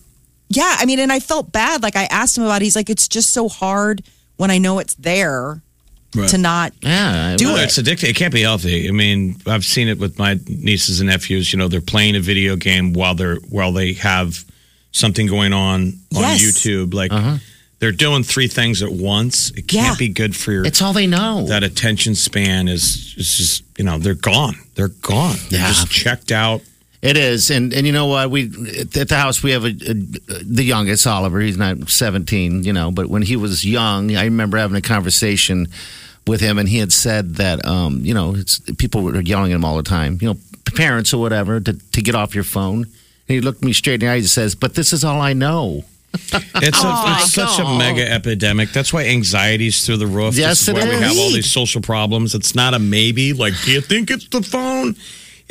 yeah, I mean, and I felt bad. Like I asked him about. it. He's like, it's just so hard when I know it's there to not.
Yeah. I-
Do
No,
it.
it's addictive. It can't be healthy. I mean, I've seen it with my nieces and nephews. You know, they're playing a video game while they're while they have something going on on
Yes.
YouTube. Like they're doing three things at once. It can't
Yeah.
be good for your.
It's all they know.
that attention span is is just you know they're gone. They're gone. They're
Yeah.
just checked out.
It is, and and you know what? We at the house we have a, a the youngest Oliver. He's not seventeen, you know, but when he was young, I remember having a conversation with him, and he had said that um, you know it's, people were yelling at him all the time, you know, parents or whatever, to to get off your phone. And he looked me straight in the eyes and says, "But this is all I know."
It's, a,
my
it's such a
God.
mega epidemic. That's why anxiety's through the roof.
Yes,
this is
it
why we have all
is.
these social problems. It's not a maybe. Like, do you think it's the phone?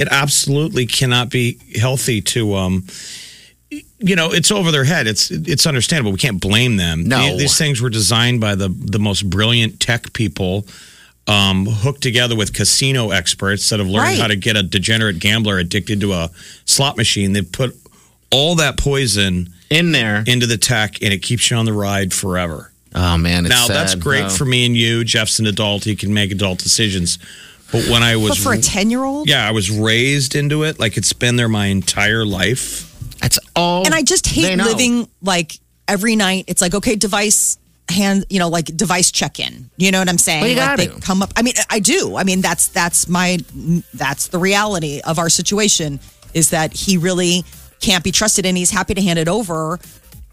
It absolutely cannot be healthy to um you know, it's over their head. It's it's understandable. We can't blame them.
No.
These, these things were designed by the the most brilliant tech people um, hooked together with casino experts that have learned
Right.
how to get a degenerate gambler addicted to a slot machine. They put all that poison
In there,
into the tech and it keeps you on the ride forever.
oh man, it's
now that's
sad.
great
Oh.
for me and you. Jeff's an adult; he can make adult decisions. But when I was,
But for a ten year old,
yeah, I was raised into it. Like it's been there my entire life.
That's all,
and I just
they
hate
know.
living like every night. It's like okay, device hand, you know, like device check in. You know what I'm saying?
Well, you
like
gotta.
they come up. I mean, I do. I mean, that's that's my that's the reality of our situation is that he really can't be trusted, and he's happy to hand it over.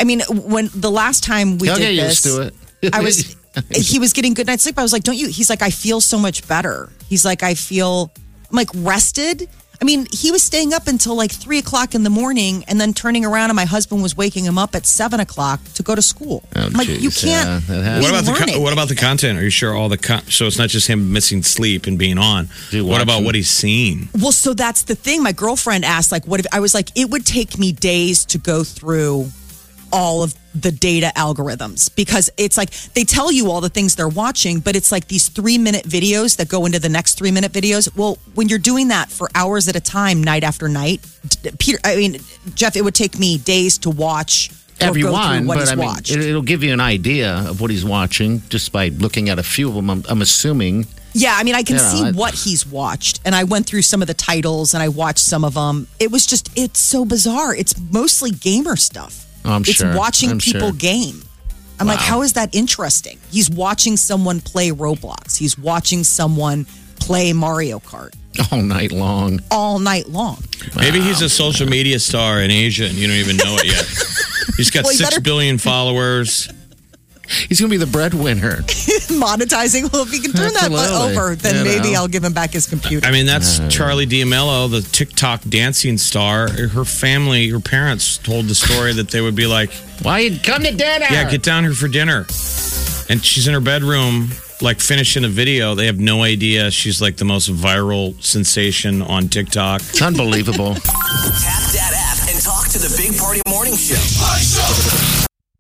I mean, when the last time we
He'll
did
get used
this,
to it.
I
[laughs]
was he was getting good night's sleep. I was like, don't you? He's like, I feel so much better. He's like, I feel I'm like rested. I mean, he was staying up until like three o'clock in the morning and then turning around, and my husband was waking him up at seven o'clock to go to school.
Oh,
I'm like, you
geez,
can't.
yeah, that happens.
be
What about the
learning.
con- what about the content? Are you sure all the con- so it's not just him missing sleep and being on?
you
What
watch
about
him?
what he's seen?
Well, so that's the thing. My girlfriend asked, like, what if I was like, it would take me days to go through all of the data algorithms because it's like they tell you all the things they're watching, but it's like these three minute videos that go into the next three minute videos. Well, when you're doing that for hours at a time, night after night, d- Peter, I mean, Jeff, it would take me days to watch or go through
everyone,
what
but
he's
I mean,
watched.
it, it'll give you an idea of what he's watching just by looking at a few of them. I'm, I'm assuming.
Yeah, I mean, I can
Yeah,
see
I-
what he's watched, and I went through some of the titles and I watched some of them. It was just, it's so bizarre. It's mostly gamer stuff.
Oh, I'm
it's
sure.
watching
I'm
people
[laughs] sure.
game. I'm like, how is that interesting? He's watching someone play Roblox. He's watching someone play Mario Kart
all night long.
all night long. [laughs]
Maybe he's a social media star in Asia and you don't even know it
[laughs]
yet. he's got
Well, he
six billion
better-
followers.
He's going to be the breadwinner.
[laughs] Monetizing. Well, if he can turn that
Absolutely.
over,
You
then maybe
know.
I'll give him back his computer.
I mean, that's Charlie D'Amello, the TikTok dancing star. Her family, her parents told the story that they would be like,
Why you come to dinner?
Yeah, get down here for dinner. And she's in her bedroom, like finishing a video. They have no idea she's like the most viral sensation on TikTok.
it's unbelievable.
Tap that app and talk to the Big Party Morning Show.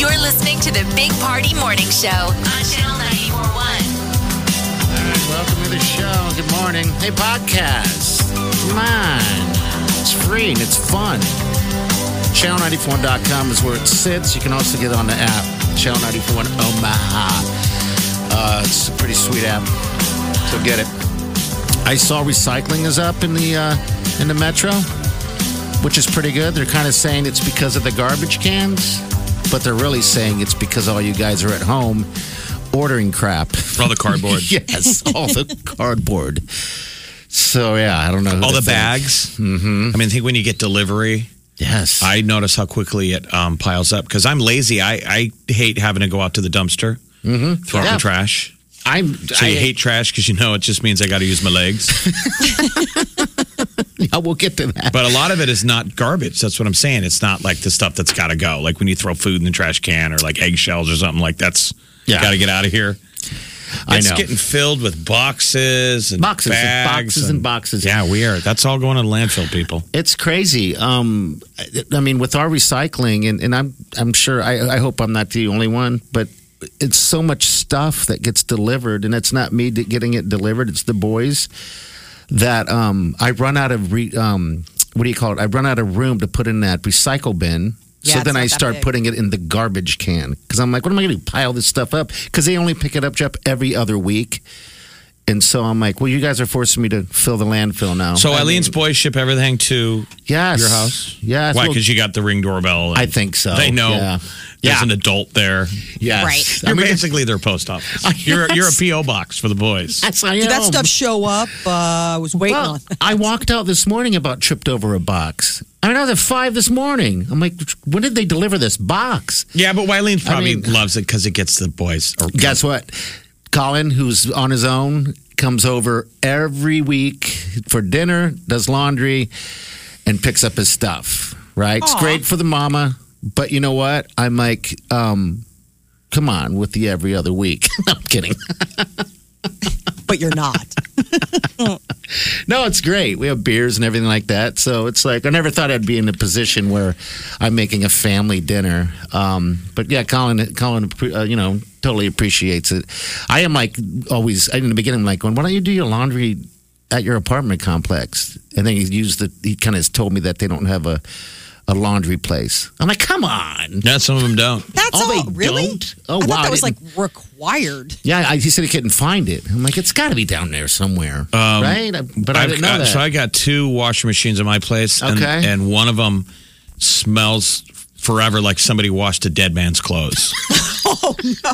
You're listening to the Big Party Morning Show on Channel 941.
All right, welcome to the show. Good morning. Hey, podcast. Come on. It's free and it's fun. Channel94.com is where it sits. You can also get on the app, Channel 94 in Omaha. Uh, it's a pretty sweet app, so get it. I saw recycling is up in the uh, in the metro, which is pretty good. They're kind of saying it's because of the garbage cans, but they're really saying it's because all you guys are at home ordering crap. [laughs]
For all the [laughs] cardboard,
Yes, all the cardboard. So yeah, I don't know. who
all
to
the
thank.
bags. Mm-hmm. I mean, I think when you get delivery,
Yes,
I notice how quickly it um, piles up because I'm lazy. I, I hate having to go out to the dumpster, mm-hmm. throw out
Yeah.
the trash.
I'm.
So
I
you hate trash because you know it just means I got to use my legs.
Yeah, we'll get to that.
but a lot of it is not garbage. That's what I'm saying. It's not like the stuff that's got to go. Like when you throw food in the trash can or like eggshells or something like that's
Yeah.
got to get out of here.
I
it's
know.
getting filled with boxes and
Boxes and
bags
boxes and boxes.
Yeah, we are. That's all going to landfill, people.
It's crazy. Um, I- I mean, with our recycling, and, and I'm I'm sure I, I hope I'm not the only one, but it's so much stuff that gets delivered, and it's not me that getting it delivered; it's the boys. That um, I run out of re, um, what do you call it? I run out of room to put in that recycle bin.
Yeah,
so then
it's
I
not that
start
big.
putting it in the garbage can because I'm like, what am I going to do? Pile this stuff up because they only pick it up, Jeff, every other week. And so I'm like, well, you guys are forcing me to fill the landfill now.
So
I
Eileen's
mean,
boys ship everything to
yes,
your house?
Yes.
Why?
well-
Because you got the ring doorbell. and
I think so.
They know
Yeah.
there's
Yeah.
an adult there.
Yes.
Right.
I
You're
mean,
basically their post office. You're, you're a P.O. box for the
[laughs]
boys.
that's I
Did that
am.
stuff show up? Uh, I was waiting
Well,
on.
I walked out this morning about tripped over a box. I mean, I was at five this morning. I'm like, when did they deliver this box?
Yeah, but Wylene's
I
probably
mean-
loves it because it gets the boys. or-
Guess what? Colin, who's on his own, comes over every week for dinner, does laundry, and picks up his stuff. right? It's great for the mama, but you know what? I'm like, um, come on with the every other week. [laughs] No, I'm kidding.
but you're not.
no, it's great. We have beers and everything like that. So it's like I never thought I'd be in a position where I'm making a family dinner. Um, but yeah, Colin, Colin, uh, you know, totally appreciates it. I am like always in the beginning, like, when why don't you do your laundry at your apartment complex? And then he used the he kind of told me that they don't have a a laundry place. I'm like, come on.
Yeah, some of them don't.
That's
Oh,
all.
they
really?
don't? Oh,
I
wow,
thought
I
that was like
didn't- [laughs]
required.
Yeah, I, he said he couldn't find it. I'm like, it's got to be down there somewhere, right?
Um,
But I
I've
didn't know
got-
that.
So I got two washing machines in my place, and,
Okay.
and one of them smells forever like somebody washed a dead man's
[laughs]
clothes. oh no!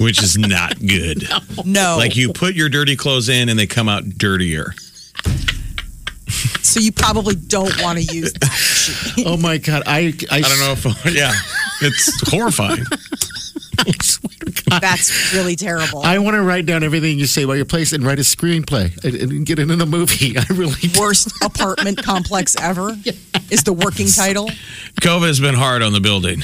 Which is not good.
No.
Like you put your dirty clothes in, and they come out dirtier.
So you probably don't want to use that.
[laughs]
oh my god, I I,
I don't
[laughs]
know if [laughs] yeah, it's horrifying.
That's really terrible.
I want to write down everything you say about your place and write a screenplay and, and get it in a movie. [laughs] I really do.
Worst apartment complex
[laughs]
ever is the working title.
COVID has been hard on the building.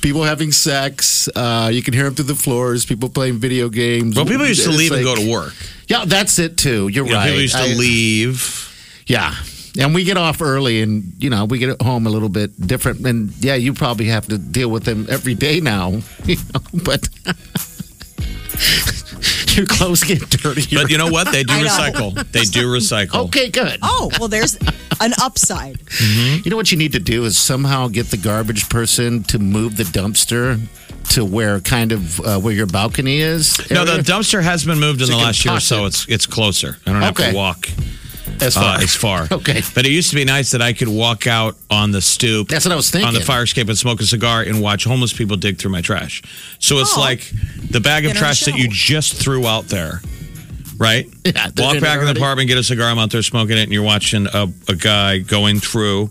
people having sex. Uh, you can hear them through the floors. People playing video games.
Well, people used to
It's
leave and go
like-
to work.
Yeah, that's it too. You're
You know,
right.
People used to
I-
leave.
Yeah. And we get off early and, you know, we get home a little bit different. And yeah, you probably have to deal with them every day now, [laughs] you know, but [laughs] your clothes get dirtier.
But you know what? They
[laughs]
do
I know.
recycle. They do recycle.
okay, good.
Oh, well, there's an upside.
You know what you need to do is somehow get the garbage person to move the dumpster to where kind of uh, where your balcony is.
No,
area.
the dumpster has been moved in
So
the
you can
last year,
toss
so
it.
it's it's closer. I don't have
Okay.
to walk
as
uh,
far
as far.
[laughs] Okay.
but it used to be nice that I could walk out on the stoop.
That's what I was
On the
thinking.
fire escape and smoke a cigar and watch homeless people dig through my trash. So it's
Oh.
like the bag of
Dinner and
trash that you
show.
just threw out there.
[laughs]
Right?
[laughs] Yeah, they're
Walk back in
in there
the
already.
apartment, get a cigar. I'm out there smoking it, and you're watching a, a guy going through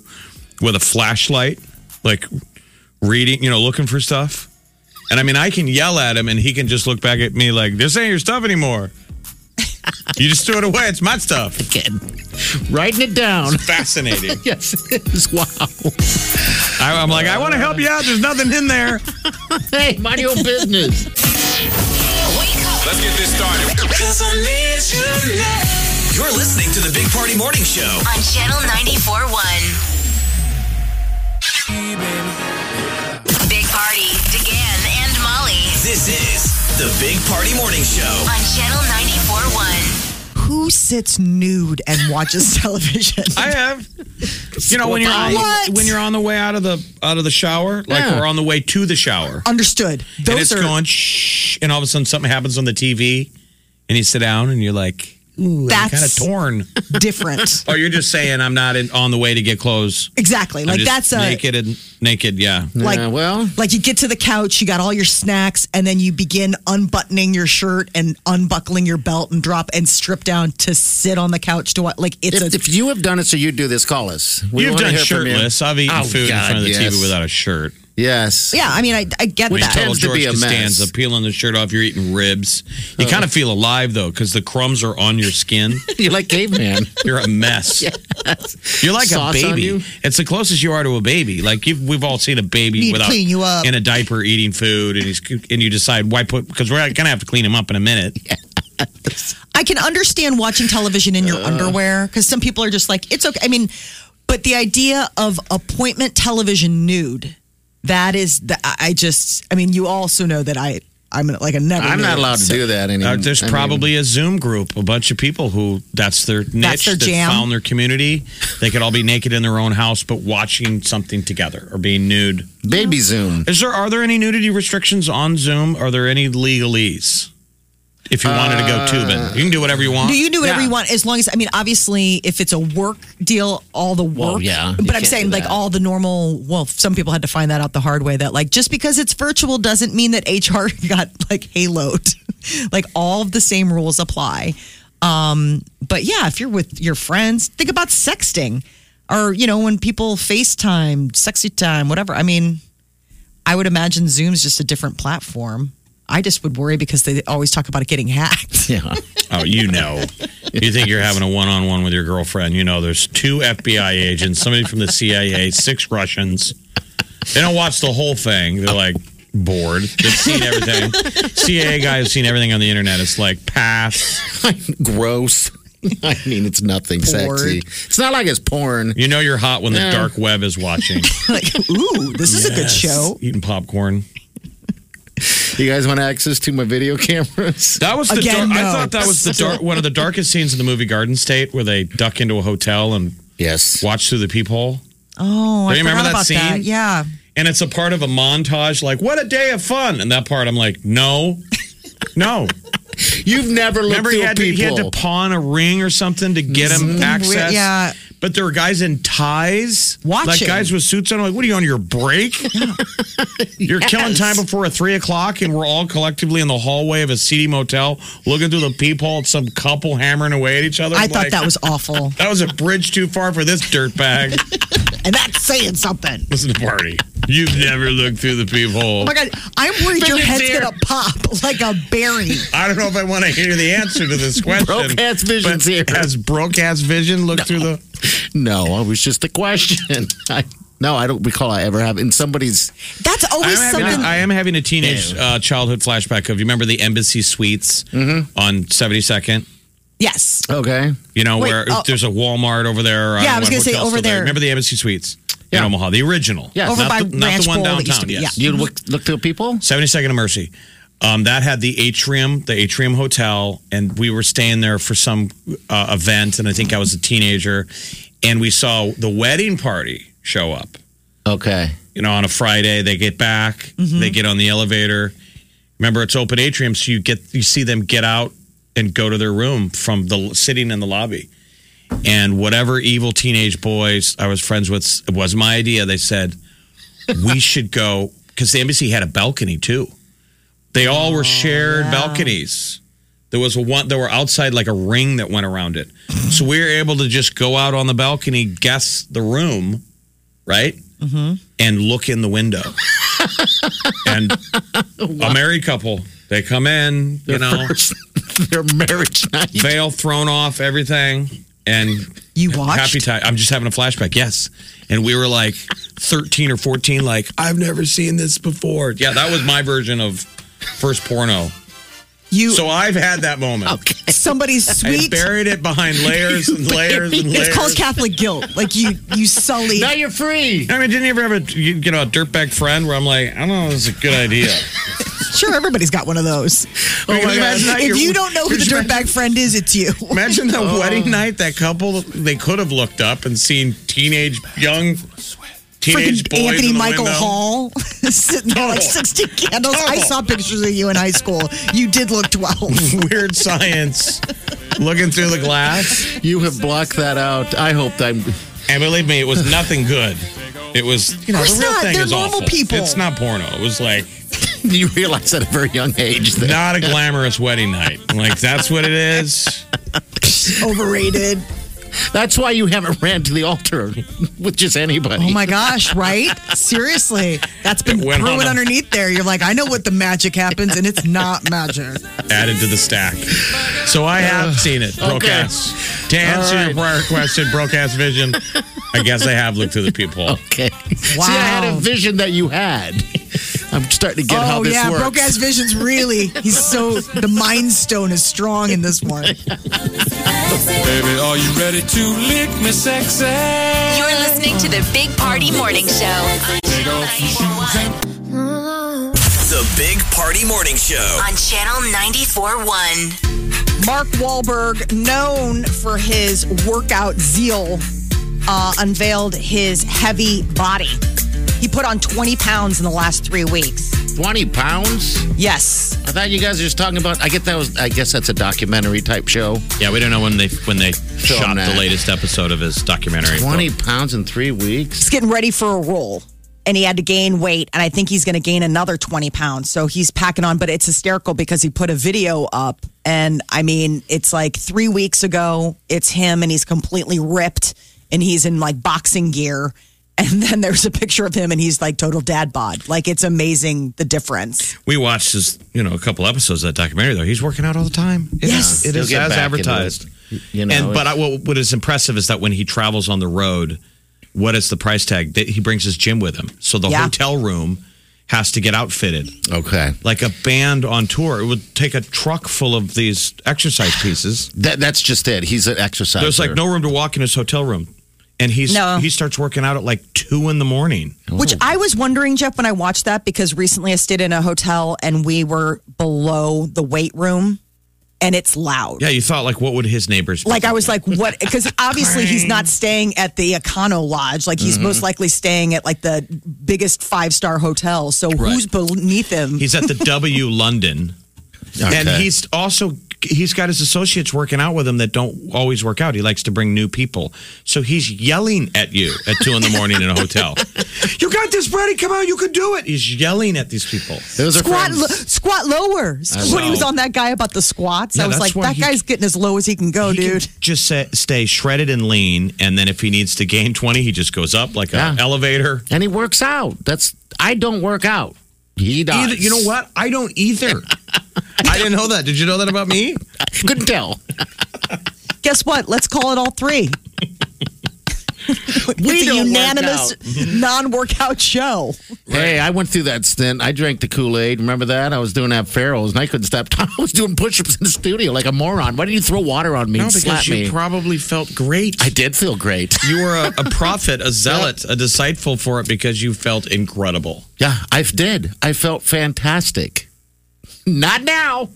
with a flashlight, like reading, you know, looking for stuff. And I mean, I can yell at him, and he can just look back at me like, "This ain't your stuff
[laughs]
anymore. you just threw it away. It's my stuff."
Again, [laughs] writing it down.
Fascinating.
Yes, it is. Wow.
[laughs]
[laughs]
I, I'm like, I want to help you out. There's nothing in there.
Hey, mind your own
[laughs]
business.
Let's get this started. You're listening to the Big Party Morning Show.
On Channel 94.1. Big Party, DeGan and Molly.
This is the Big Party Morning Show.
On Channel 94.1.
Who sits nude and watches [laughs] television?
I have. You know, when you're on,
What?
when you're on the way out of the out of the shower, like
Yeah.
we're on the way to the shower,
Understood. Those
and it's
are
going shh, and all of a sudden something happens on the TV, and you sit down and you're like, ooh, I'm kind of
That's- [laughs]
torn. [laughs]
different.
or you're just saying I'm not in, on the way to get clothes.
Exactly.
I'm
Like
just
that's a
naked and naked. Yeah.
like
Yeah, well,
like you get to the couch, you got all your snacks, and then you begin unbuttoning your shirt and unbuckling your belt and drop and strip down to sit on the couch to watch. Like it's
if,
a
if you have done it, so you do this, call us. We
You've
wanna
done
hear from you.
shirtless. I've eaten
Oh,
food
God,
in front of the
yes.
TV without a shirt.
Yes.
yeah. I mean, I, I get
When you
that.
tell
tends to
George
be a mess.
Costanza peeling the shirt off, you're eating ribs. You kind of feel alive though, because the crumbs are on your
[laughs]
skin.
[laughs] You're like
[laughs]
caveman.
You're a mess. You're like
Sauce
a
on
baby.
you?
It's the closest you are to a baby. Like you've, we've all seen a baby
Need to
without
clean you up.
in a diaper eating food, and he's and you decide why put because we're gonna have to clean him up in a minute.
I can understand watching television in your underwear because some people are just like it's okay. I mean, but the idea of appointment television nude, that is the I I just I mean, you also know that I I'm like a never.
I'm not
nude,
allowed to
so-
do that anymore.
Uh, there's
I mean,
probably a Zoom group, a bunch of people who that's their niche,
That's their
that
jam.
found their community. They could all be naked in their own house, but watching something together or being nude.
baby Zoom.
Is there are there any nudity restrictions on Zoom? Are there any legalese? If you wanted to go tubing, you can do whatever you want.
Uh, Do you do whatever
Yeah.
you want as long as I mean, obviously, if it's a work deal, all the
Well,
work.
yeah, you
But I'm
can't
saying
do
like
that.
all the normal. Well, some people had to find that out the hard way. That like just because it's virtual doesn't mean that HR [laughs] got like haloed. [laughs] like all of the same rules apply. Um, but yeah, if you're with your friends, think about sexting, or you know when people FaceTime, sexy time, whatever. I mean, I would imagine Zoom's just a different platform. I just would worry because they always talk about it getting hacked.
Yeah.
Oh, you know. You think you're having a one on one with your girlfriend. You know, there's two FBI agents, somebody from the CIA, six Russians. They don't watch the whole thing. They're like bored. They've seen everything. CIA guy has seen everything on the internet. It's like pass.
Gross. [laughs] I mean, it's nothing
Porn.
sexy. It's not like it's porn.
You know you're hot when the
Yeah.
dark web is watching.
like, ooh, this is a good show.
Eating popcorn.
You guys want access to my video cameras?
That was the
Again,
dark, I
no.
thought that was the
[laughs]
dark one of the darkest scenes in the movie Garden State where they duck into a hotel and
Yes.
watch through the peephole.
Oh,
Don't
I
you remember
forgot
that
about
scene?
that. Yeah.
and it's a part of a montage like what a day of fun and that part i'm like no
[laughs]
no
You've never looked
remember he
through
had, to, he
people.
had to pawn a ring or something to get him access
Mm-hmm. yeah.
but there were guys in ties like
Watching.
guys with suits on like what are you on your
[laughs]
break you're killing time before a three o'clock and we're all collectively in the hallway of a seedy motel looking through the peephole at some couple hammering away at each other
I
I'm
thought
like,
that was
[laughs]
awful.
that was a bridge too far for this dirtbag.
and that's saying something.
Listen to party. You've never looked through the peephole.
Oh my God. I'm worried your head's going to pop like a berry.
I don't know if I want to hear the answer to this question.
Broke ass visions
but
here.
Has broke ass vision looked through the?
no, it was just a question. [laughs] I, no, I don't recall I ever have. And somebody's
That's
I
always
am, having,
something.
I am having a teenage uh, childhood flashback of you remember the Embassy Suites on Seventy Second.
yes.
okay.
You know
Wait,
where
oh.
there's a Walmart over there.
Yeah,
don't
I was
know what
gonna say
hotel's
over
still
there.
Remember the Embassy Suites
Yeah.
in Omaha, the original.
Yes.
not
Over
by
the, not
Ranch
the one
Bowl that used
downtown.
to be,
Yes.
yeah.
You look look through people.
72nd of Mercy. Um, that had the atrium, the atrium hotel, and we were staying there for some uh, event, and I think I was a teenager, and we saw the wedding party show up.
Okay.
You know, on a Friday, they get back, they get on the elevator. Remember, it's open atrium, so you get you see them get out and go to their room from the sitting in the lobby. And whatever evil teenage boys I was friends with it was my idea. They said we should go because the embassy had a balcony too. They all were shared balconies. There was a one. There were outside like a ring that went around it, so we were able to just go out on the balcony, guess the room, right, mm-hmm. and look in the window. and a married couple, they come in, you know,
[laughs] Their marriage night.
veil thrown off, everything, and
You
Happy
watched?
time. I'm just having a flashback. Yes. And we were like 13 or 14, like, I've never seen this before. Yeah, that was my version of first porno.
You Oh,
So I've had that moment.
somebody's
I
sweet.
buried it behind layers and layers and layers.
[laughs] It's called Catholic guilt. Like you,
[laughs]
you sully.
Now you're free.
I mean, didn't you ever have a you, you know a dirtbag friend where I'm like, I don't know, this is a good idea.
[laughs] Sure, everybody's got one of those.
Can you imagine that?
Oh If
You're-
you don't know who the dirtbag Oh. friend is, it's you.
Imagine the wedding night that couple they could have looked up and seen teenage young teenage
Freaking
boys in
Anthony
the
Michael
window.
Hall [laughs] sitting there like
Total.
60 candles. I
Total.
saw pictures of you in high school. You did
[laughs]
look 12.
Weird science looking through the glass.
You have blocked that out. I hope I'm. [laughs]
And believe me, it was nothing good. It was, you know,
Of course
the real
not.
thing
They're
is
normal
awful.
people.
It's not porno. It was like
You realize at a very young age that
not a glamorous wedding night. Like that's what it is.
Overrated.
that's why you haven't ran to the altar with just anybody.
Oh my gosh, right? Seriously. That's been
It went on
brewing
a-
underneath there. You're like, I know what the magic happens, and it's not magic.
Added to the stack. So I have seen it. Broke
okay.
ass. To answer your prior question, broke ass vision. I guess I have looked through the people.
Oh.
Okay. [laughs] See, I had a
Wow.
vision that you had. I'm starting to get how
oh,
this
yeah.
works.
Broke ass visions really. He's so, the mind stone is strong in this one.
Baby, are you ready to lick me sexy?
You're listening to the Big Party Morning Show on Channel 941.
The Big Party Morning Show.
On Channel 941.
Mark Wahlberg, known for his workout zeal, uh, unveiled his heavy body. He put on 20 pounds in the last three weeks.
20 pounds?
Yes.
I thought you guys were just talking about. I get that was. I guess that's a documentary type show.
Yeah, we don't know when they when they shot
that.
the latest episode of his documentary.
20 pounds in three weeks.
He's getting ready for a role. And he had to gain weight, and I think he's going to gain another 20 pounds. So he's packing on, but it's hysterical because he put a video up. And I mean, it's like three weeks ago, it's him, and he's completely ripped, and he's in like boxing gear. [laughs] And then there's a picture of him, and he's like total dad bod. Like it's amazing the difference.
We watched his, you know, a couple episodes of that documentary. Though he's working out all the time. It is-
Yes.
it
He'll
is
get
as
back into
advertised.
it, you know,
and but I,
it's-
what, what is impressive is that when he travels on the road, what is the price tag? That He brings his gym with him, so the
Yeah.
hotel room has to get outfitted
okay.
like a band on tour. It would take a truck full of these exercise
[sighs]
pieces.
That that's just it. He's an exerciser.
There's like no room to walk in his hotel room, and he's
No.
he starts working out at like two in the morning.
Which I was wondering, Jeff, when I watched that because recently I stayed in a hotel and we were below the weight room, and it's loud.
Yeah, you thought like, what would his neighbors? be
Like I was like,
[laughs]
what? Because obviously he's not staying at the Econo Lodge. Like he's
Mm-hmm.
most likely staying at like the biggest five star hotel. So who's beneath him?
He's [laughs] at the W London,
Okay.
and he's also he's got his associates working out with him that don't always work out. He likes to bring new people, so he's yelling at you at two in the morning in a hotel. [laughs] You got this, Brady. Come on, you can do it. He's yelling at these people.
Those are
squat
friends.
lo- squat lower. When he was on that guy about the squats,
Yeah,
I was like,
that's why
that
he-
guy's getting as low as he can go,
He can
dude.
[laughs] just say, stay shredded and lean, and then if he needs to gain twenty, he just goes up like
Yeah.
an elevator.
and he works out. That's I don't work out. He does.
Either- you know what? I don't either. [laughs] I didn't know that. Did you know that about me?
[laughs]
[laughs]
Couldn't tell.
Guess what? Let's call it all three. it's a
don't work
unanimous non-workout show.
Hey, I went through that stint. I drank the Kool Aid. Remember that? I was doing Ferals, and I couldn't stop. [laughs] I was doing push ups in the studio like a moron. Why did you throw water on me
No,
and
because
slap
you
me?
probably felt great.
I did feel great.
You were a, a prophet, a zealot, a disciple for it because you felt incredible.
Yeah, I did. I felt fantastic. Not now.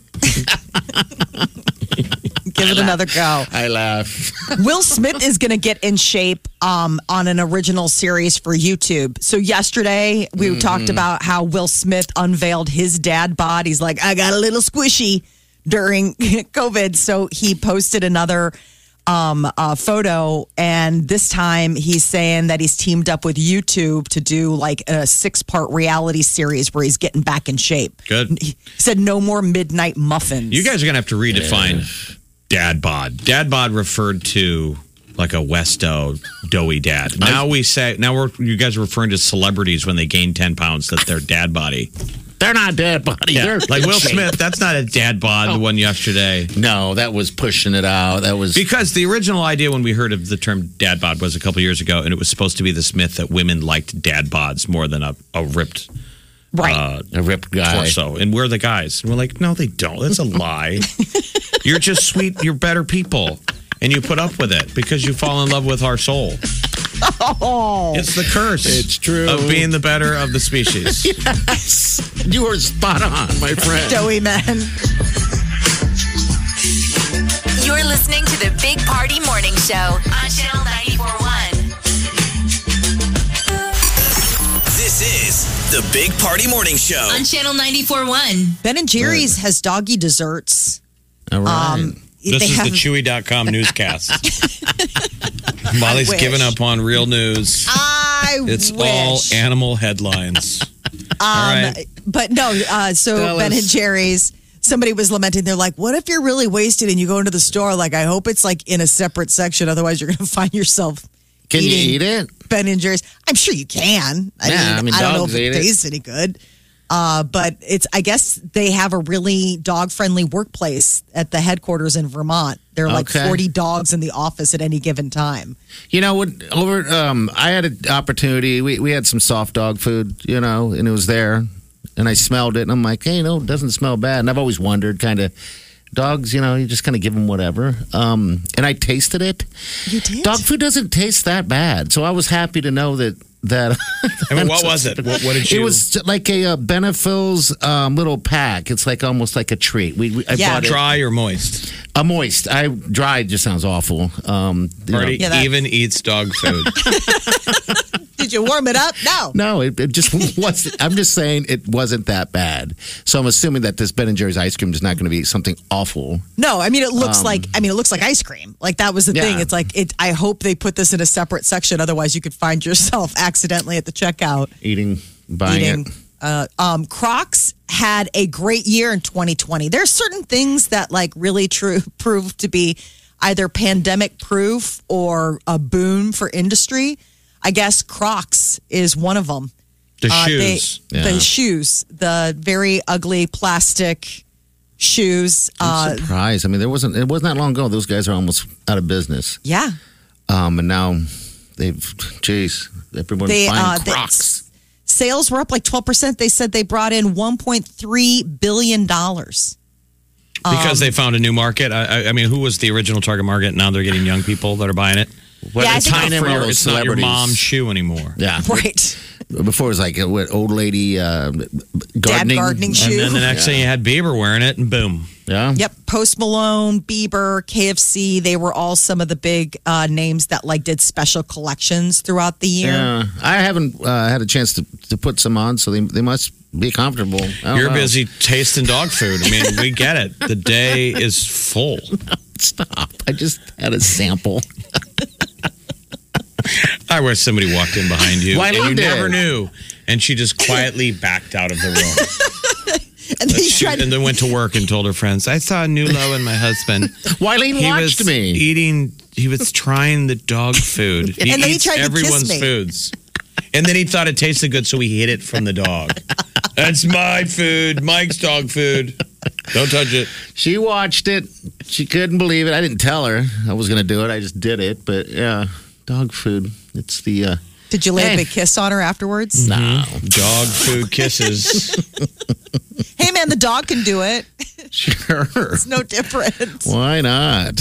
Give it another go.
I laugh. [laughs]
Will Smith is going to get in shape um, on an original series for YouTube. So yesterday we
Mm-hmm.
talked about how Will Smith unveiled his dad bod. He's like, I got a little squishy during [laughs] COVID, so he posted another um, uh, photo, and this time he's saying that he's teamed up with YouTube to do like a six-part reality series where he's getting back in shape.
Good.
He said no more midnight muffins.
You guys are going to have to redefine dad bod. Dad bod referred to like a Westo doughy dad. Now we say, now we're, you guys are referring to celebrities when they gain 10 pounds that they're dad body.
They're not dead, buddy. They're
Like
in
Will
shape.
Smith, that's not a dad bod, the one yesterday.
No, that was pushing it out. That was
Because the original idea when we heard of the term dad bod was a couple years ago, and it was supposed to be this myth that women liked dad bods more than a, a ripped
right?
uh,
a ripped guy.
torso. And we're the guys. And we're like, no, they don't. That's a
[laughs]
lie. you're just sweet. You're better people. And you put up with it because you fall in love with our soul.
Oh.
It's the curse.
It's true.
Of being the better of the
[laughs]
species.
You were spot on, my friend.
Doughy men.
You're listening to the Big Party Morning Show on Channel 941.
This is the Big Party Morning Show.
On Channel 941.
Ben and Jerry's has doggy desserts. Um,
All right.
This
they
is the
have-
Chewy.com
[laughs]
newscast. Molly's
wish.
giving up on real news.
I
It's
wish. Um,
all animal headlines. all right.
but no. Uh, so Ben and Jerry's. Somebody was lamenting. They're like, "What if you're really wasted and you go into the store? Like, I hope it's like in a separate section. Otherwise, you're going to [laughs] find yourself
Can you
eating
eat it?
Ben and Jerry's. I'm sure you can. I
Yeah,
mean,
I mean,
I don't know
dogs
if it
eat it.
tastes any good. Uh, but it's, I guess they have a really dog friendly workplace at the headquarters in Vermont. There are like
Okay.
40 dogs in the office at any given time.
You know, when, over um, I had an opportunity. We we had some soft dog food, you know, and it was there, and I smelled it, and I'm like, hey, no, it doesn't smell bad. And I've always wondered, kind of, dogs, you know, you just kind of give them whatever. Um, and I tasted it.
You did?
Dog food doesn't taste that bad, so I was happy to know that that.
I mean, what was it? What, what did you?
It was like a uh, Benefil's um, little pack. It's like almost like a treat. We, we I
Yeah.
bought it.
dry or moist.
A moist. I dried just sounds awful. Um, you know.
Marty
Yeah, that-
even eats dog
[laughs]
food.
Did you warm it up? No.
No, it, it just [laughs] wasn't. I'm just saying it wasn't that bad. So I'm assuming that this Ben and Jerry's ice cream is not going to be something awful.
No, I mean it looks like I mean it looks like ice cream. Like that was the
Um, Yeah.
thing. It's like it. I hope they put this in a separate section. Otherwise, you could find yourself [laughs] accidentally at the checkout
Eating, buying
eating.
it.
Uh, um, Crocs had a great year in 2020. There's certain things that like really true [laughs] prove to be either pandemic proof or a boon for industry. I guess Crocs is one of them.
The
Uh, they-
shoes.
The shoes. The very ugly plastic shoes.
I'm
Uh,
surprised. I mean, there wasn't. It wasn't that long ago. Those guys are almost out of business.
yeah.
Um, and now they've. Jeez, everyone's
They,
buying
uh, they-
Crocs.
Sales were up like 12%. They said they brought in $1.3 billion.
Because they found a new market. I, I, I mean, who was the original target market? Now they're getting young people that are buying it. Well,
I
it's
think
not,
that's
for
where
your,
those
it's not your
celebrities-
mom's shoe anymore.
yeah,
[laughs] Right.
Before it was like uh, what old lady uh, gardening,
gardening shoe.
And then the next thing you had Bieber wearing it, and boom.
Yeah.
[laughs] Yep. Post Malone, Bieber, KFC, they were all some of the big uh, names that like did special collections throughout the year.
Yeah, I haven't uh, had a chance to, to put some on, so they, they must be comfortable. I don't
You're
know.
busy tasting dog food. I mean, we get it. The day is full.
Stop! [laughs] I just had a sample.
I wish somebody walked in behind you
Why
and you
not?
never knew, and she just quietly backed out of the room.
[laughs] And they
She-
tried
and then went to work and told her friends, "I saw a new low in my husband.
Wileen
He
watched
was
me.
eating. He
[laughs]
was trying the dog food. He
And then he
eats
tried to kiss
everyone's
me.
foods, and then he thought it tasted good, so he hid it from the
[laughs]
dog. That's my food, Mike's dog food. Don't touch it.
She watched it. She couldn't believe it. I didn't tell her I was going to do it. I just did it. But yeah, dog food. It's the uh,
Did you lay
Hey.
a big kiss on her
[laughs]
afterwards?
nah.
Dog food
[laughs]
kisses.
Hey man, the dog can do it.
[laughs] Sure.
[laughs]
It's no different.
Why not?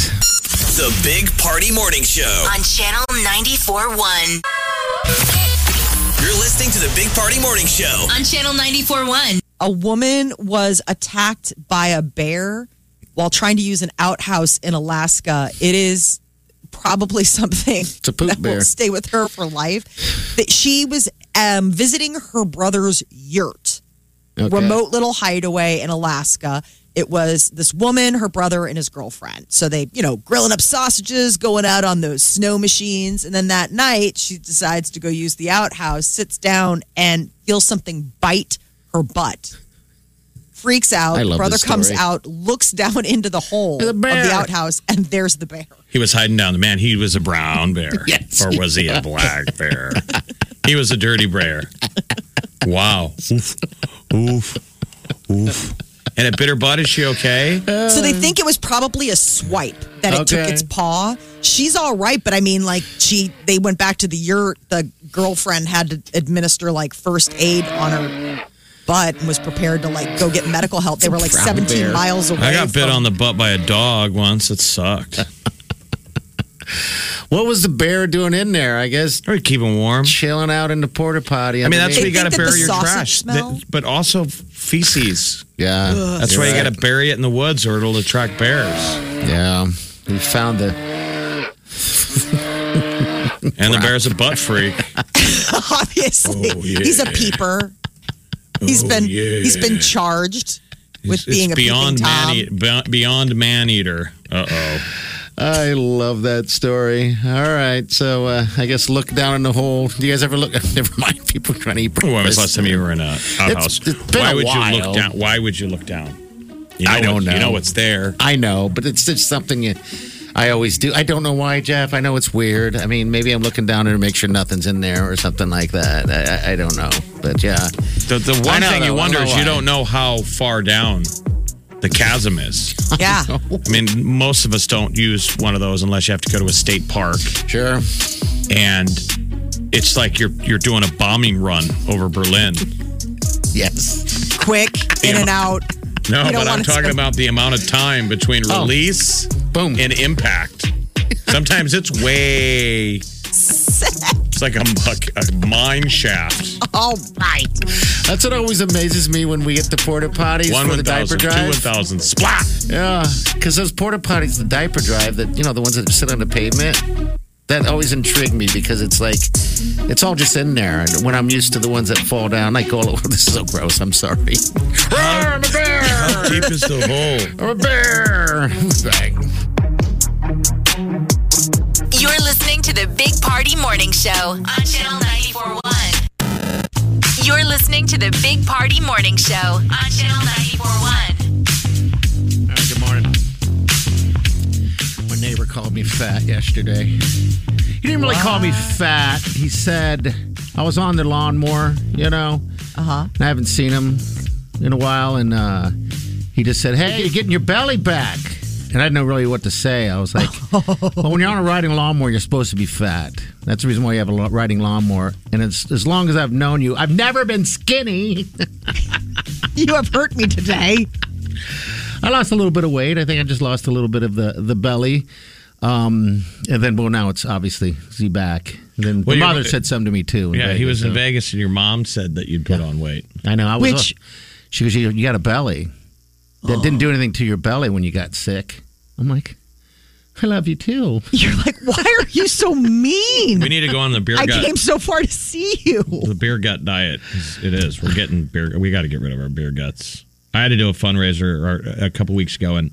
The Big Party Morning Show.
on Channel 94.1.
You're listening to the Big Party Morning Show.
On Channel 94.1.
A woman was attacked by a bear while trying to use an outhouse in Alaska. It is probably [laughs] something
a poop
that
bear.
will stay with her for life. That she was um, visiting her brother's yurt.
Okay.
remote little hideaway in Alaska. It was this woman, her brother, and his girlfriend. So they, you know, grilling up sausages, going out on those snow machines. And then that night, she decides to go use the outhouse, sits down, and feels something bite her butt. Freaks out.
I love
brother
this
comes
story.
out, looks down [laughs] into the hole
The
of the
bear.
outhouse, and there's the bear.
He was hiding down the man. He was a brown
[laughs]
bear.
Yes.
Or was he a black bear? he was a dirty bear. Wow. Oof. Oof. Oof. And a bitter butt, is she okay?
So
Mm.
they think it was probably a swipe that it took
Okay.
its paw. She's all right, but I mean, like she, they went back to the yurt. The girlfriend had to administer like first aid on her butt and was prepared to like go get medical help. They were like 17
bear.
miles away.
I got bit
from- [laughs]
on the butt by a dog once. It sucked.
What was the bear doing in there? I guess
Or keep him warm.
chilling out in the porta potty.
I mean, that's why
They
you got to
think that the
bury your
sausage
trash,
smell-
Th- but also feces.
yeah.
That's
You're
why you
right.
got to bury it in the woods, or it'll attract bears.
Yeah, we found the.
And the bear's a butt
[laughs]
freak.
Obviously,
Oh, yeah. Oh,
he's a peeper. He's been
yeah.
he's been charged with
It's-
being
it's
a
beyond
peeping tom.
man, [laughs] eat- be- beyond man eater. Uh oh.
I love that story. All right, so uh, I guess look down in the hole. Do you guys ever look? [laughs] Never mind, people trying to eat.
When was the
breakfast.
last time you were in a outhouse?
it's been
Why
a
would you
while.
look down? Why would you look down? You
I don't
what- You
know.
know what's there.
I know, but it's just something you, I always do. I don't know why, Jeff. I know it's weird. I mean, maybe I'm looking down there to make sure nothing's in there or something like that. I, I, I don't know, but yeah,
The, the one
know,
thing you
though. I
wonder
don't
is
know
you
why.
don't know how far down the chasm is.
Yeah,
I mean, most of us don't use one of those unless you have to go to a state park,
sure.
and it's like you're you're doing a bombing run over
[laughs]
Berlin.
Yes,
quick in and out.
No,
You don't
but I'm
wanna
talking
[laughs] spend-
about the amount of time between
Oh.
release
boom.
and impact. Sometimes it's
[laughs]
way. It's like a, a, a mine shaft.
All right.
That's what always amazes me when we get the porta potties
One
for the
one
diaper
thousand, two one
drive.
thousand, splat.
Yeah, because those porta potties, the diaper drive, that you know, the ones that sit on the pavement, that always intrigued me because it's like it's all just in there. And when I'm used to the ones that fall down, I go, oh, [laughs] "This is so gross." I'm sorry. Ah, I'm a bear.
Deep is the hole.
I'm a bear. [laughs] Bang.
You're listening to the Big Party Morning Show on Channel 94.1. You're listening to the Big Party Morning Show on Channel 94.1.
All right, good morning. My neighbor called me fat yesterday. He didn't really call me fat. He said I was on the lawnmower, you know. Uh huh. I haven't seen him in a while, and uh, he just said, "Hey, you're getting your belly back." And I didn't know really what to say. I was like, "Well, when you're on a riding lawnmower, you're supposed to be fat. That's the reason why you have a lo- riding lawnmower." And it's as long as I've known you, I've never been skinny. [laughs]
You have hurt me today.
I lost a little bit of weight. I think I just lost a little bit of the the belly. Um, and then, well, now it's obviously Z back. And then
Well,
my
you're-
mother said something to me too. in
Yeah, he
Vegas,
was in
so-
Vegas, and your mom said that you'd put on weight.
I know. I was.
Which- Oh.
she goes, you, you got a belly that didn't do anything to your belly when you got sick. I'm like, I love you too.
You're like, why are you so mean?
We need to go on the beer
I
gut.
came so far to see you.
the beer gut diet. is- It is. We're getting beer. We got to get rid of our beer guts. I had to do a fundraiser or- a couple weeks ago, and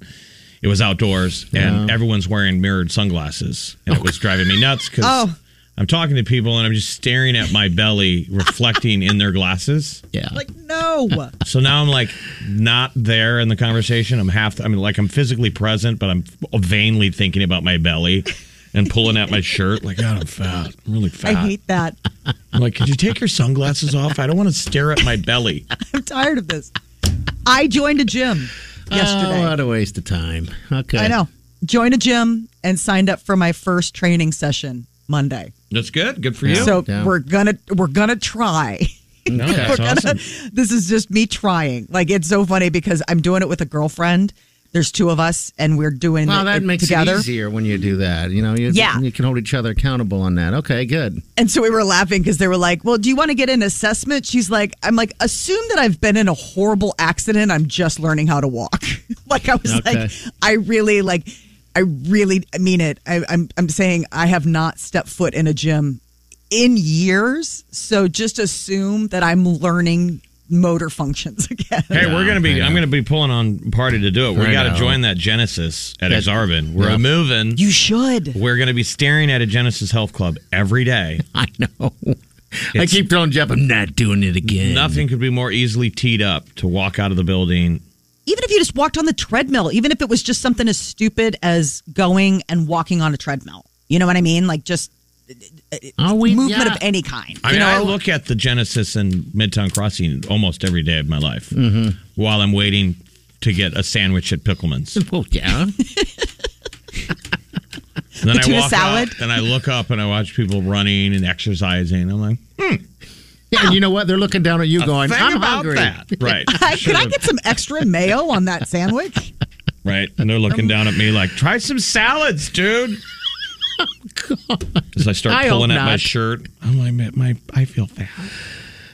it was outdoors, and everyone's wearing mirrored sunglasses, and it was driving me nuts because
Oh.
I'm talking to people and I'm just staring at my
[laughs]
belly reflecting in their glasses.
Yeah.
Like, no.
So now I'm like not there in the conversation. I'm half. I mean, like I'm physically present, but I'm vainly thinking about my belly. And pulling at my shirt, like, God, I'm fat. I'm really
I
fat.
hate that.
I'm like, could you take your sunglasses off? I don't want to stare at my belly.
I'm tired of this. I joined a gym yesterday.
Oh, what a waste of time. Okay. [laughs]
I know. Joined a gym and signed up for my first training session Monday.
That's good. Good for
So
Yeah.
we're gonna we're gonna try.
No, that's awesome.
[laughs] this is just me trying. Like it's so funny because I'm doing it with a girlfriend. There's two of us and we're doing
Well,
it
that makes
together.
it easier when you do that. You know, you,
Yeah.
you can hold each other accountable on that. Okay, good. [laughs]
And so we were laughing because they were like, "Well, do you want to get an assessment?" She's like, "I'm like, assume that I've been in a horrible accident. I'm just learning how to walk." [laughs] like I was
Okay.
like, I really like, I really mean it. I, I'm I'm saying I have not stepped foot in a gym in years. So just assume that I'm learning motor functions [laughs] again.
Hey, we're gonna be.
I
I'm gonna be pulling on party to do it.
I
We got to
know.
join that Genesis at
That-
Exarvin. We're
Yeah.
moving.
You should.
We're gonna be staring at a Genesis Health Club every day.
I know. I
It's-
keep telling Jeff, I'm not doing it again.
Nothing could be more easily teed up to walk out of the building.
Even if you just walked on the treadmill, even if it was just something as stupid as going and walking on a treadmill. You know what I mean? Like just
Are we,
movement
yeah.
of any kind.
I mean, I look at the Genesis and Midtown Crossing almost every day of my life while I'm waiting to get a sandwich at [laughs] Pickleman's.
Well, yeah.
And then
The tuna
I walk
salad?
Up, and I look up and I watch people running and exercising. I'm like,
yeah. And you know what? They're looking down at you going,
think
I'm
about
hungry. [laughs]
that. Right.
Hi, Could I
Should've-
get some extra mayo on
[laughs]
that sandwich?
Right. And they're looking down at me like, try some salads, dude. As I start
I
pulling
hope
at my
not.
shirt, I'm like, my, my, I feel fat.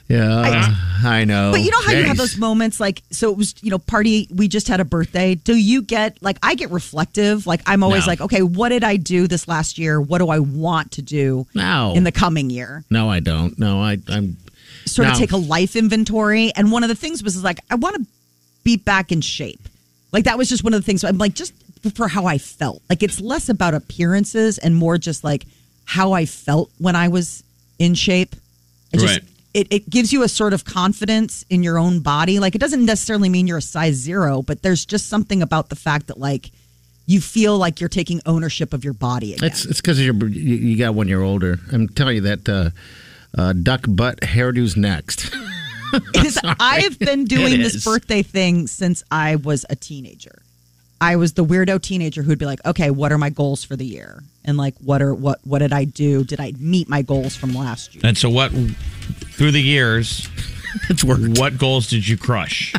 Yeah. I, know.
But you know how you have
Jeez.
those moments like so it was you know party we just had a birthday. Do you get like I get reflective like I'm always
No.
like okay what did I do this last year? What do I want to do
No.
in the coming year?
No, I don't. No, I, I'm.
Sort of
No.
take a life inventory. And one of the things was is like I want to be back in shape. Like that was just one of the things. I'm like just for how I felt. Like it's less about appearances and more just like how I felt when I was in shape. It just
Right.
it, it gives you a sort of confidence in your own body. Like it doesn't necessarily mean you're a size zero, but there's just something about the fact that like you feel like you're taking ownership of your body again.
It's it's because you're you, you got one year older. I'm telling you that uh, uh, duck butt hairdo's next.
It is- I have been doing this
is.
birthday thing since I was a teenager. I was the weirdo teenager who'd be like, "Okay, what are my goals for the year?" And like, "What are what what did I do? Did I meet my goals from
[laughs]
last year?"
And so, what, through the years,
[laughs] it's worked.
what goals did you crush?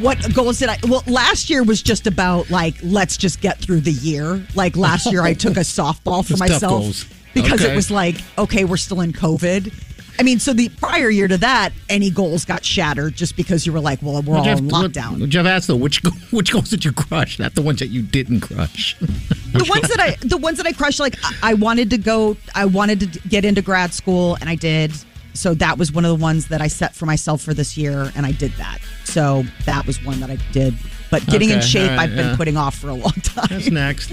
What goals did I? Well, last year was just about like, let's just get through the year. Like last year, I took a softball for
Just tough goals.
myself because
Okay.
it was like, okay, we're still in COVID. I mean, so the prior year to that, any goals got shattered just because you were like, well, we're all
Jeff,
in lockdown.
What, Jeff asked though, which go- [laughs] which goals did you crush? Not the ones that you didn't
[laughs]
crush.
the ones that I the ones that I crushed like I- I wanted to go I wanted to get into grad school and I did. So that was one of the ones that I set for myself for this year and I did that. So that was one that I did. But getting in
Okay,
shape
all right,
I've been
yeah.
putting off for a long [laughs] time.
That's next.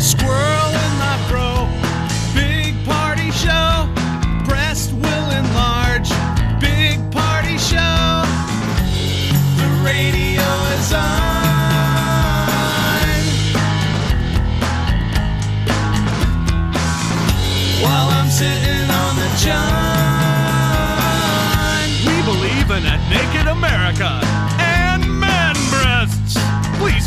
Squirrel in my bro, big while I'm sitting on the john. We believe in a naked America and man breasts. Please